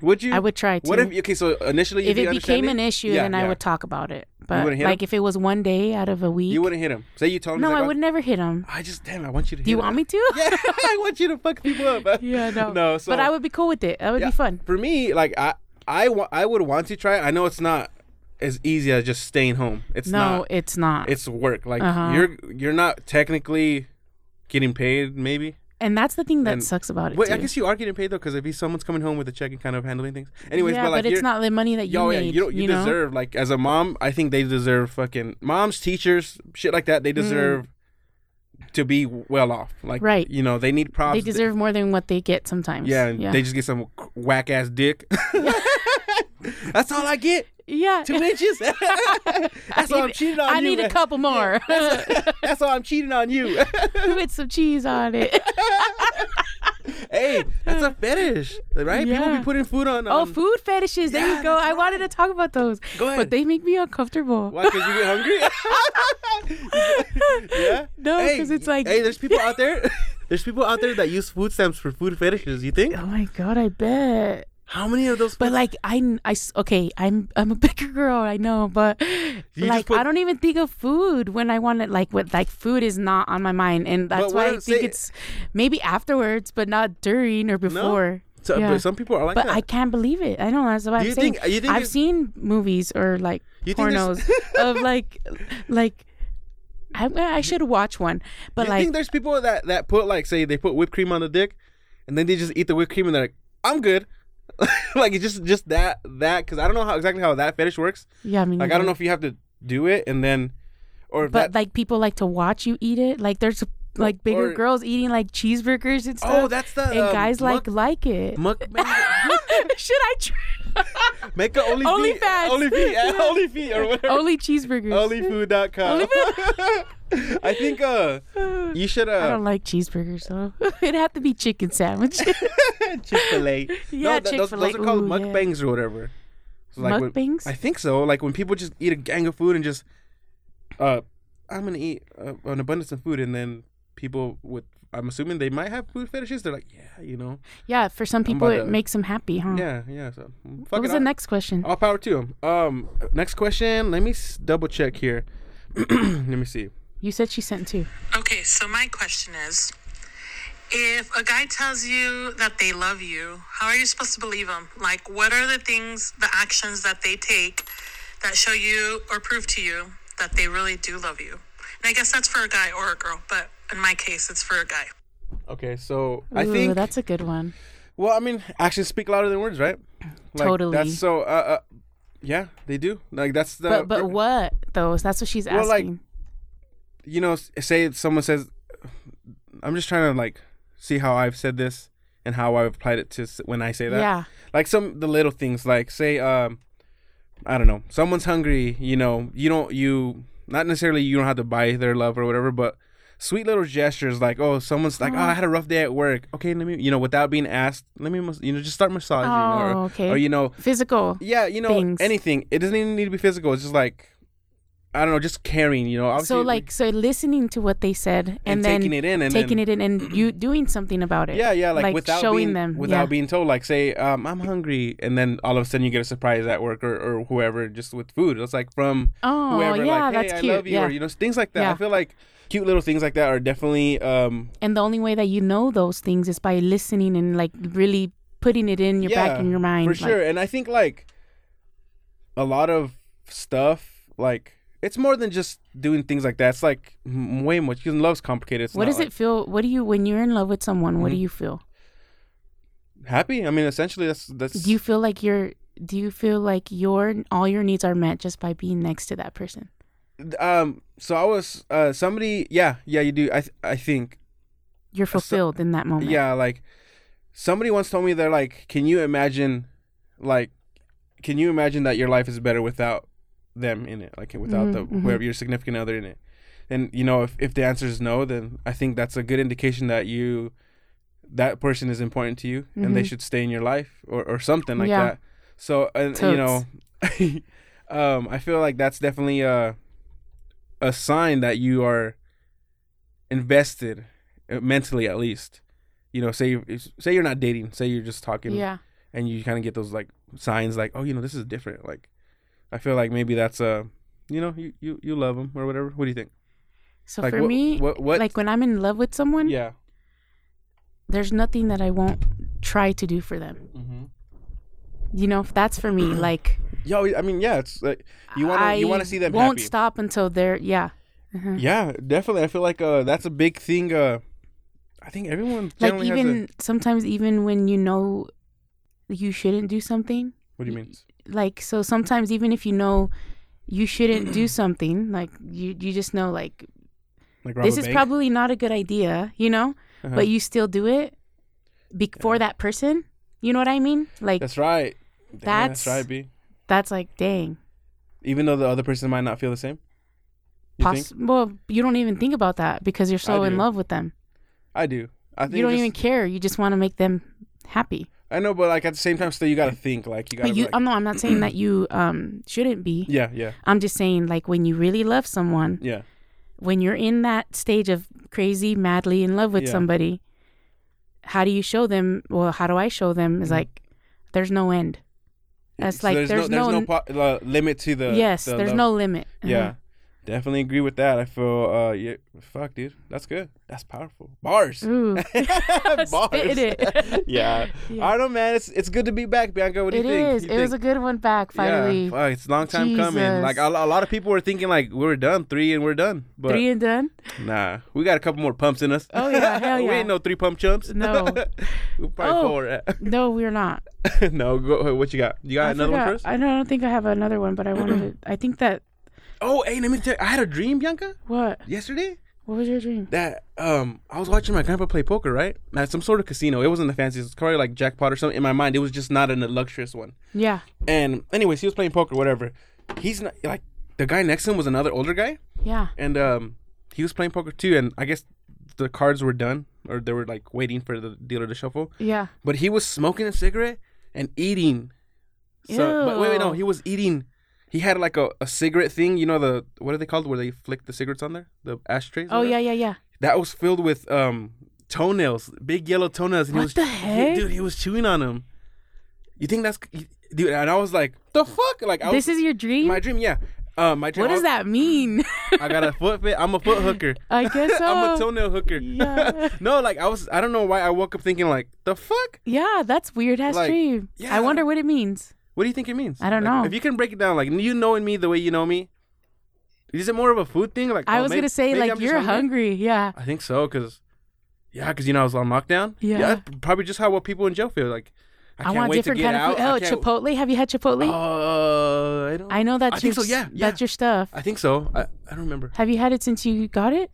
S2: Would you?
S1: I would try to.
S2: What if? Okay, so initially,
S1: if
S2: you'd
S1: it
S2: be
S1: became an
S2: understanding?
S1: issue,
S2: Yeah,
S1: then I
S2: yeah.
S1: would talk about it. But
S2: wouldn't hit
S1: like
S2: him?
S1: if it was one day out of a week,
S2: You wouldn't hit him. Say you told him.
S1: no,
S2: he's
S1: I
S2: like,
S1: would never hit
S2: (laughs)
S1: him.
S2: I just damn. I want you to.
S1: Do you
S2: hit
S1: want
S2: him.
S1: me to?
S2: (laughs) yeah, I want you to fuck people
S1: (laughs)
S2: up.
S1: yeah, no.
S2: (laughs) No, so
S1: but I would be cool with it. That would
S2: Yeah,
S1: be fun.
S2: For me, like I, I, wa- I would want to try. it. I know it's not as easy as just staying home. It's
S1: no,
S2: not.
S1: it's not.
S2: It's work. Like
S1: Uh-huh.
S2: you're, you're not technically getting paid. Maybe.
S1: and that's the thing that
S2: and-
S1: sucks about it.
S2: Wait,
S1: too.
S2: I guess you are getting paid though, because if he's someone's coming home with a check and kind of handling things. Anyways,
S1: yeah,
S2: but like
S1: it's
S2: you're-
S1: not the money that you
S2: Yo, yeah,
S1: made.
S2: you, don't, you,
S1: know?
S2: deserve like as a mom. I think they deserve fucking moms, teachers, shit like that. They
S1: Mm.
S2: deserve to be well off. Like
S1: Right.
S2: you know, they need props.
S1: They deserve more than what they get sometimes.
S2: Yeah, and they just get some whack ass dick. (laughs) That's all I get. (laughs)
S1: yeah. (laughs)
S2: Two inches. That's all I'm cheating on
S1: I
S2: you.
S1: need a
S2: man.
S1: couple more
S2: (laughs) That's all I'm cheating on you.
S1: (laughs)
S2: (laughs)
S1: with some cheese on it.
S2: hey, that's a fetish, right? People
S1: Yeah.
S2: be putting food on.
S1: oh,
S2: um,
S1: food fetishes. There
S2: yeah,
S1: you go.
S2: that's
S1: I wanted to talk about those,
S2: Go ahead.
S1: but they make me uncomfortable.
S2: Why? Because you get
S1: (laughs)
S2: hungry? yeah?
S1: No,
S2: Hey,
S1: Oh, 'cause it's like-
S2: Hey, there's people
S1: (laughs)
S2: out there. There's people out there that use food stamps for food fetishes. You think?
S1: Oh my god, I bet.
S2: How many of those?
S1: But
S2: food-
S1: like I, I s- okay, I'm I'm a bigger girl, I know, but
S2: just
S1: like
S2: put-
S1: I don't even think of food when I want it. Like what, like food is not on my mind, and that's
S2: what
S1: why I
S2: I'm
S1: think
S2: saying-
S1: it's maybe afterwards, but not during or before.
S2: So-
S1: yeah.
S2: but some people are like
S1: But
S2: that.
S1: I can't believe it. I know that's what
S2: you
S1: I'm saying.
S2: think- you think
S1: I've
S2: it's-
S1: seen movies or like
S2: You think there's-
S1: pornos
S2: (laughs)
S1: of like, like I, I should watch one, but
S2: you
S1: like
S2: think there's people that that put like say they put whipped cream on the dick, and then they just eat the whipped cream and they're like, I'm good. (laughs) like it's just just that that because I don't know how exactly how that fetish works.
S1: yeah, I mean
S2: Like I don't know if you have to do it and then, or if
S1: Mm-hmm. but
S2: that,
S1: like people like to watch you eat it. Like there's like bigger
S2: or-
S1: girls eating like cheeseburgers and stuff.
S2: oh that's the
S1: and
S2: um,
S1: guys like
S2: muk-
S1: like it.
S2: mukbang.
S1: (laughs) Should I
S2: (laughs)
S1: try?
S2: Make a only
S1: Only
S2: feet,
S1: fans.
S2: only
S1: (laughs)
S2: feet,
S1: Yeah.
S2: only feet or whatever. (laughs)
S1: Only cheeseburgers.
S2: Onlyfood.com. (laughs) I think uh, you
S1: (sighs)
S2: should
S1: I don't
S2: uh,
S1: like cheeseburgers though. (laughs) It'd have to be chicken
S2: (laughs)
S1: sandwich. (laughs)
S2: Chick Fil (laughs) A.
S1: Yeah,
S2: those, those
S1: Chick-fil-A.
S2: are called
S1: Ooh, yeah.
S2: mukbangs or whatever. So, when-
S1: Mukbangs?
S2: I think so. Like when people just eat a gang of food and just uh, I'm gonna eat uh, an abundance of food, and then people with I'm assuming they might have food fetishes. They're like, yeah, you know,
S1: yeah, for some people
S2: about
S1: it
S2: to-
S1: makes them happy, huh?
S2: yeah, yeah. So
S1: Hmm. What
S2: fuck it, Oh.
S1: was
S2: I'll-
S1: the next question?
S2: All power to him. Um, next question. Let me s- double check here. (clears throat) Let me see.
S1: You said she sent two.
S4: Okay, so my question is if a guy tells you that they love you, how are you supposed to believe him? Like, what are the things, the actions that they take that show you or prove to you that they really do love you? And I guess that's for a guy or a girl, but in my case, it's for a guy.
S2: Okay, so
S1: Ooh,
S2: I think
S1: that's a good one.
S2: Well, I mean, actions speak louder than words, right? Like,
S1: Totally.
S2: That's so. Uh, uh, yeah, they do. Like that's the.
S1: but but what though? That's what she's
S2: Well,
S1: asking.
S2: like, you know, s- say someone says, "I'm just trying to like see how I've said this and how I've applied it to s- when I say that.
S1: Yeah.
S2: Like some the little things, like say, um, I don't know, someone's hungry. You know, you don't you not necessarily you don't have to buy their love or whatever, but sweet little gestures like oh someone's like oh
S1: Uh-huh.
S2: I had a rough day at work. Okay, let me you know without being asked, let me mas- you know just start massaging or
S1: Oh, okay.
S2: or you know
S1: Physical.
S2: yeah you know
S1: Things.
S2: anything. It doesn't even need to be physical. It's just like. I don't know, just caring, you know. Obviously,
S1: so like so listening to what they said and,
S2: And
S1: then
S2: taking it in and
S1: taking
S2: then-
S1: it in and you doing something about it.
S2: Yeah, yeah, like, without
S1: showing
S2: being,
S1: them
S2: without
S1: yeah.
S2: being told. Like, say, um, I'm hungry, and then all of a sudden you get a surprise at work or, or whoever just with food. It's like from
S1: Oh,
S2: whoever,
S1: yeah,
S2: like, hey,
S1: that's
S2: I
S1: cute,
S2: love you,
S1: yeah.
S2: or you know, things like that. I
S1: Yeah.
S2: feel like cute little things like that are definitely um,
S1: And the only way that you know those things is by listening and like really putting it in your back in your mind.
S2: for
S1: like-
S2: sure. And I think like a lot of stuff, like it's more than just doing things like that. It's like m- way much because love's complicated. It's
S1: What
S2: not, Mm-hmm.
S1: does
S2: like,
S1: it feel? What do you when you're in love with someone? What do you feel?
S2: Happy. I mean, essentially, that's that's.
S1: Do you feel like you're? Do you feel like your all your needs are met just by being next to that person?
S2: um. So I was uh somebody. Yeah, yeah. You do. I th- I think
S1: You're fulfilled in that moment.
S2: Yeah, like somebody once told me they're like, can you imagine, like, can you imagine that your life is better without them in it, like without the
S1: Mm-hmm,
S2: whoever your significant other in it? And you know, if if the answer is no, then I think that's a good indication that you, that person is important to you, and they should stay in your life or or something like
S1: Mm-hmm. Yeah.
S2: that. So and you know, (laughs) um, I feel like that's definitely a a sign that you are invested uh, mentally at least you know say you say you're not dating say you're just talking
S1: Yeah.
S2: and you kind of get those like signs like oh you know this is different like i feel like maybe that's uh you know you you, you love them or whatever what do you think
S1: So
S2: Like,
S1: for
S2: what-
S1: me,
S2: what- what-
S1: like when I'm in love with someone,
S2: yeah
S1: there's nothing that I won't try to do for them. You know, if that's for
S2: (clears throat)
S1: me, like
S2: yo i mean yeah it's like you want to
S1: I
S2: you want to see them
S1: won't
S2: happy.
S1: stop until they're yeah.
S2: yeah definitely i feel like uh that's a big thing uh i think everyone
S1: Like
S2: generally has a,
S1: even sometimes even when you know you shouldn't do something,
S2: what do you mean
S1: like so sometimes even if you know you shouldn't
S2: (clears throat)
S1: do something, like you you just know like
S2: like rob
S1: this
S2: a
S1: is
S2: bank? Uh-huh.
S1: probably not a good idea, you know, but you still do it be- for that person. You know what I mean? Like
S2: that's right Damn, that's
S1: That's-
S2: right b
S1: that's like dang.
S2: even though the other person might not feel the same you think?
S1: Poss- well, you don't even think about that because you're so
S2: I
S1: in
S2: do.
S1: love with them.
S2: i do i think
S1: You don't
S2: just-
S1: even care. You just want to make them happy.
S2: I know, but like at the same time, still you gotta think. Like you gotta.
S1: But
S2: be
S1: you, um,
S2: like-
S1: I'm no, I'm not saying
S2: (clears throat)
S1: that you um shouldn't be.
S2: yeah, yeah,
S1: I'm just saying like when you really love someone,
S2: yeah.
S1: when you're in that stage of crazy, madly in love with
S2: Yeah.
S1: somebody, how do you show them? Well, how do I show them? Is like there's no end. That's
S2: Mm-hmm. So
S1: like there's,
S2: there's
S1: no,
S2: no, po- uh, limit to the.
S1: yes,
S2: the
S1: there's
S2: love.
S1: no limit. Uh-huh.
S2: Yeah, definitely agree with that. I feel. Uh, yeah. Fuck, dude, that's good. That's powerful. Bars. (laughs)
S1: Ooh,
S2: Bars.
S1: Mm. (laughs) spit it.
S2: (laughs) yeah.
S1: Yeah.
S2: I don't know, man. It's it's good to be back, Bianca. What do
S1: it
S2: you think?
S1: is.
S2: You
S1: It was a
S2: think?
S1: good one back finally.
S2: Yeah, fuck, it's a long time coming.
S1: Jesus.
S2: Like a, a lot of people were thinking, like we were done three and we're done, but
S1: Three and done.
S2: nah, we got a couple more pumps in us.
S1: Oh,
S2: (laughs)
S1: yeah, hell
S2: we
S1: yeah.
S2: ain't no three pump chumps. (laughs)
S1: No.
S2: we're probably
S1: Oh.
S2: four.
S1: No, we're not.
S2: (laughs) no, go, what you got? You got another
S1: forgot.
S2: one first?
S1: I don't, I don't think I have another one, but I
S2: (clears throat)
S1: wanted to. I think that
S2: oh, hey, let me tell you, I had a dream, Bianca,
S1: what?
S2: yesterday
S1: What was your dream?
S2: that um I was watching my grandpa play poker, right? At some sort of casino. It wasn't the fanciest. It's probably like jackpot or something. In my mind, it was just not an luxurious one.
S1: Yeah.
S2: And anyways, he was playing poker, whatever. He's not like the guy next to him was another older guy,
S1: Yeah.
S2: and um he was playing poker too. And I guess the cards were done, or they were like waiting for the dealer to shuffle.
S1: Yeah.
S2: But he was smoking a cigarette and eating. So, but wait, wait, no,
S1: Ew.
S2: he was eating. He had like a, a cigarette thing, you know the what are they called? Where they flick the cigarettes on there, the ashtrays. or
S1: Oh yeah,
S2: whatever?
S1: yeah, yeah.
S2: That was filled with um toenails, big yellow toenails. And he
S1: What
S2: was,
S1: the
S2: he-
S1: heck?
S2: dude? He was chewing on them. You think that's you- dude? And I was like, the fuck? Like I
S1: This
S2: was,
S1: is your dream.
S2: my dream. Yeah, uh, my dream.
S1: what
S2: I-
S1: does that mean? (laughs)
S2: I got a foot fit. I'm a foot hooker.
S1: I guess uh, so.
S2: (laughs) I'm a toenail hooker.
S1: Yeah.
S2: (laughs) no, like I was. I don't know why I woke up thinking like the fuck.
S1: yeah, that's weird ass
S2: Like,
S1: dream.
S2: yeah.
S1: I wonder what it means.
S2: What do you think it means?
S1: I don't
S2: Like,
S1: know.
S2: If you can break it down, like you knowing me the way you know me, is it more of a food thing? Like
S1: I
S2: oh,
S1: was
S2: may-
S1: gonna say
S2: maybe
S1: like
S2: I'm just
S1: you're hungry. Yeah.
S2: I think so, cause yeah, cause you know I was on lockdown.
S1: Yeah.
S2: that's probably just how what people in jail feel like. I,
S1: I,
S2: can't
S1: want
S2: wait
S1: different
S2: to get
S1: kind of food.
S2: out.
S1: Oh, Chipotle. Have you had Chipotle?
S2: Oh, I don't.
S1: I know that's
S2: I
S1: your
S2: think so. Yeah, yeah.
S1: that's your stuff.
S2: I think so. I, I don't remember.
S1: Have you had it since you got it?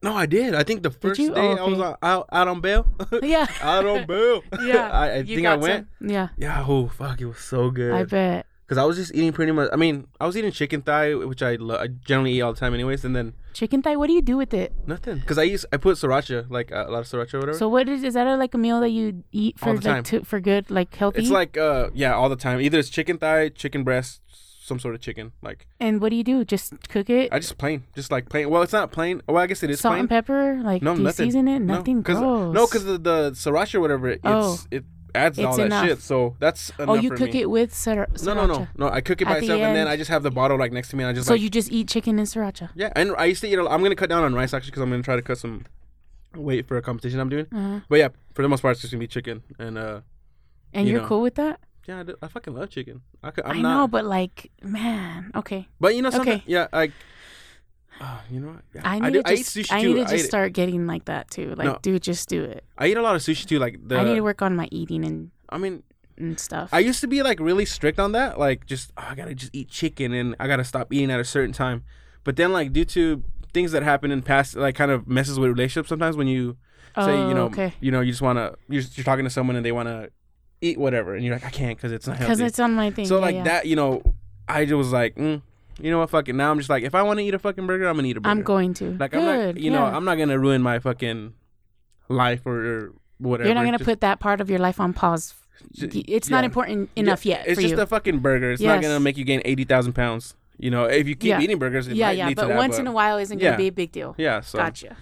S2: No, I did. I think the first day
S1: you? Oh,
S2: I was
S1: okay.
S2: on, out, out
S1: (laughs)
S2: on bail.
S1: (laughs)
S2: (laughs)
S1: Yeah.
S2: out
S1: (laughs)
S2: on bail.
S1: Yeah.
S2: (laughs) I, I
S1: you
S2: think I
S1: got
S2: went.
S1: some. Yeah.
S2: Yeah. Oh, fuck. It was so good.
S1: I bet.
S2: Because I was just eating pretty much. I mean, I was eating chicken thigh, which I, lo- I generally eat all the time, anyways, and then
S1: Chicken thigh. What do you do with it?
S2: nothing. Because I use I put sriracha, like uh, a lot of sriracha or whatever.
S1: So what is is that a, like a meal that you eat
S2: All
S1: for
S2: the time.
S1: like to, for good like healthy?
S2: it's like uh yeah, all the time. Either it's chicken thigh, chicken breast, some sort of chicken. Like
S1: and what do you do? Just cook it.
S2: I just plain, just like plain. Well, it's not plain. Well, I guess it is
S1: Salt
S2: plain.
S1: and pepper. Like
S2: No,
S1: do you
S2: nothing.
S1: season it?
S2: No,
S1: Nothing
S2: cause, uh,
S1: gross.
S2: No, because the, the sriracha or whatever, it's,
S1: Oh.
S2: it adds all
S1: It's
S2: that
S1: enough.
S2: shit. So that's enough
S1: oh, you
S2: for
S1: cook
S2: me.
S1: it with sir- sriracha.
S2: No, no, no, no. I cook it
S1: At
S2: by
S1: the
S2: myself, and then
S1: end.
S2: I just have the bottle like next to me, and I just
S1: So
S2: like
S1: you just eat chicken and sriracha.
S2: yeah. And I used to eat. A, I'm gonna cut down on rice actually, because I'm gonna try to cut some weight for a competition I'm doing.
S1: Mm-hmm.
S2: But yeah, for the most part, it's just gonna be chicken, and uh,
S1: And
S2: You
S1: you are
S2: know.
S1: cool with that?
S2: yeah, I, do- I fucking love chicken. I could,
S1: i
S2: I'm
S1: know,
S2: not,
S1: but like, man, okay.
S2: but you know something.
S1: Okay.
S2: Yeah, like uh, you know, what? Yeah,
S1: I need
S2: do-
S1: to just, I,
S2: eat sushi
S1: need
S2: too.
S1: to
S2: I,
S1: just
S2: eat,
S1: start getting like that too. Like,
S2: No.
S1: dude, just do it.
S2: I eat a lot of sushi too. Like the,
S1: I
S2: I,
S1: need to work on my eating and,
S2: mean,
S1: and stuff.
S2: I used to be like really strict on that. Like just oh, I gotta just eat chicken, and I gotta stop eating at a certain time. But then like due to things that happen in past, like kind of messes with relationships sometimes when you say you
S1: Oh,
S2: know
S1: okay.
S2: you know you just wanna you're, you're talking to someone and they wanna eat whatever, and you're like I can't because it's not healthy.
S1: because it's on my thing.
S2: So
S1: yeah,
S2: like
S1: yeah.
S2: that, you know, I just was like, mm, you know what, fucking. Now I'm just like, if I want to eat a fucking burger, I'm gonna eat a burger.
S1: I'm going to.
S2: Like
S1: Good.
S2: I'm not, you know,
S1: yeah.
S2: I'm not gonna ruin my fucking life or, or whatever.
S1: You're not gonna
S2: Just-
S1: put that part of your life on pause.
S2: Ju-
S1: It's not
S2: yeah.
S1: important enough
S2: Yeah,
S1: yet
S2: It's
S1: for
S2: just
S1: you.
S2: a fucking burger. It's not
S1: Yes.
S2: gonna make you gain eighty thousand pounds. You know, if you keep
S1: Yeah.
S2: eating burgers, it
S1: yeah,
S2: might
S1: yeah.
S2: lead
S1: But
S2: to that,
S1: once in a while isn't
S2: yeah.
S1: gonna be a big deal.
S2: Yeah, so
S1: Gotcha.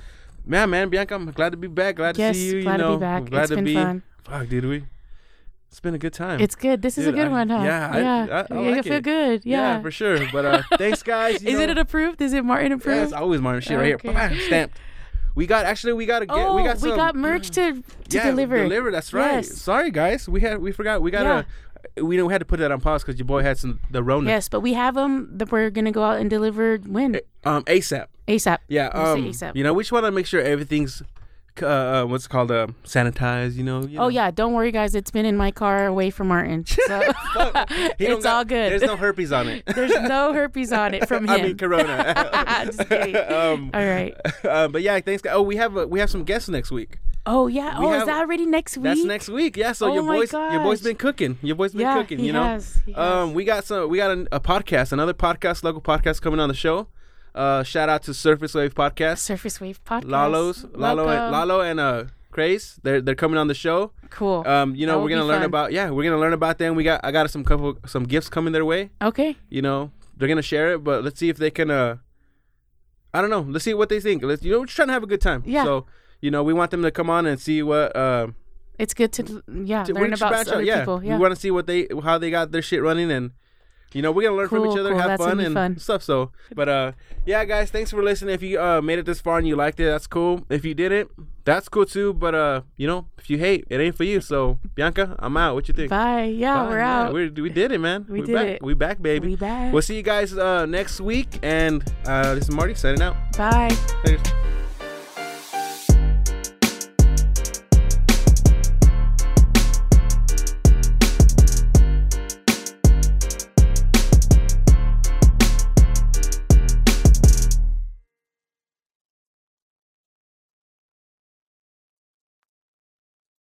S2: man, man, Bianca, I'm glad to be back. Glad
S1: Yes,
S2: to see you.
S1: glad
S2: you
S1: to be
S2: know,
S1: back.
S2: Glad
S1: It's
S2: to
S1: been
S2: be.
S1: fun.
S2: Fuck, did we? It's been a good time.
S1: It's good. This is a
S2: Dude,
S1: good
S2: I-
S1: one, huh?
S2: yeah, I- I- I
S1: you
S2: like
S1: feel
S2: it.
S1: good. Yeah.
S2: for sure. But
S1: (laughs)
S2: uh thanks, guys. you
S1: Is it
S2: know.
S1: an approved? Is it Martin
S2: Yeah,
S1: approved?
S2: it's always Martin shit right (laughs)
S1: Okay.
S2: here. Bam, stamped. We got actually we got to get
S1: oh,
S2: we got some
S1: merch to to
S2: yeah,
S1: deliver.
S2: Deliver, that's right.
S1: Yes.
S2: Sorry guys, we had we forgot we got to we know we had to put that on pause cuz your boy had some the Rona.
S1: Yes, but we have them that we're gonna go out and deliver when
S2: Um ASAP.
S1: ASAP.
S2: Yeah,
S1: We'll
S2: um
S1: say ASAP.
S2: you know, we just want to make sure everything's uh, uh what's it called uh, sanitized, you know. you
S1: Oh
S2: know.
S1: yeah, don't worry guys. It's been in my car away from
S2: (laughs)
S1: Martin, so (laughs)
S2: He don't
S1: it's
S2: got-
S1: all good.
S2: There's no herpes on it.
S1: (laughs) There's no herpes on it from him.
S2: (laughs)
S1: (laughs)
S2: I mean corona. (laughs)
S1: Just kidding.
S2: um (laughs)
S1: all right.
S2: uh, but yeah, thanks. guys. Oh, we have uh, we have some guests next week.
S1: Oh yeah.
S2: We
S1: Oh,
S2: have-
S1: is that already next week?
S2: That's next week. Yeah. So
S1: Oh
S2: your
S1: my
S2: boys, your boys
S1: gosh.
S2: been cooking. Your boys been
S1: Yeah,
S2: cooking.
S1: he
S2: you know.
S1: has, he
S2: Um,
S1: has.
S2: we got some. We got a, a podcast, another podcast, local podcast coming on the show. Uh, shout out to Surface Wave Podcast,
S1: Surface Wave podcast.
S2: Lalo's, Lalo, and,
S1: Welcome.
S2: Lalo and uh, Craze. They're they're coming on the show.
S1: Cool.
S2: Um, you
S1: That
S2: know
S1: will
S2: we're
S1: be
S2: gonna learn
S1: fun.
S2: about yeah we're gonna learn about them. We got I got some couple some gifts coming their way.
S1: Okay.
S2: You know they're gonna share it, but let's see if they can. Uh, I don't know. Let's see what they think. Let's you know we're just trying to have a good time.
S1: Yeah.
S2: So you know we want them to come on and see what. Uh,
S1: It's good to yeah
S2: to-
S1: learn
S2: we're just
S1: about
S2: branch out,
S1: other
S2: yeah.
S1: people. Yeah.
S2: We want to see what they how they got their shit running and you know, we're gonna learn from each
S1: Cool,
S2: other,
S1: cool.
S2: have
S1: That's
S2: fun
S1: gonna be
S2: and
S1: fun.
S2: stuff. So but uh yeah guys, thanks for listening. If you uh made it this far and you liked it, that's cool. If you didn't, that's cool too. But uh, you know, if you hate, it ain't for you. So Bianca, I'm out. What you think?
S1: Bye. Yeah,
S2: Bye,
S1: we're
S2: yeah,
S1: out.
S2: we we did it, man.
S1: We
S2: We're
S1: did
S2: back.
S1: it.
S2: We back, baby.
S1: We back.
S2: We'll see you guys uh next week and uh this is Marty signing out.
S1: Bye.
S2: Later.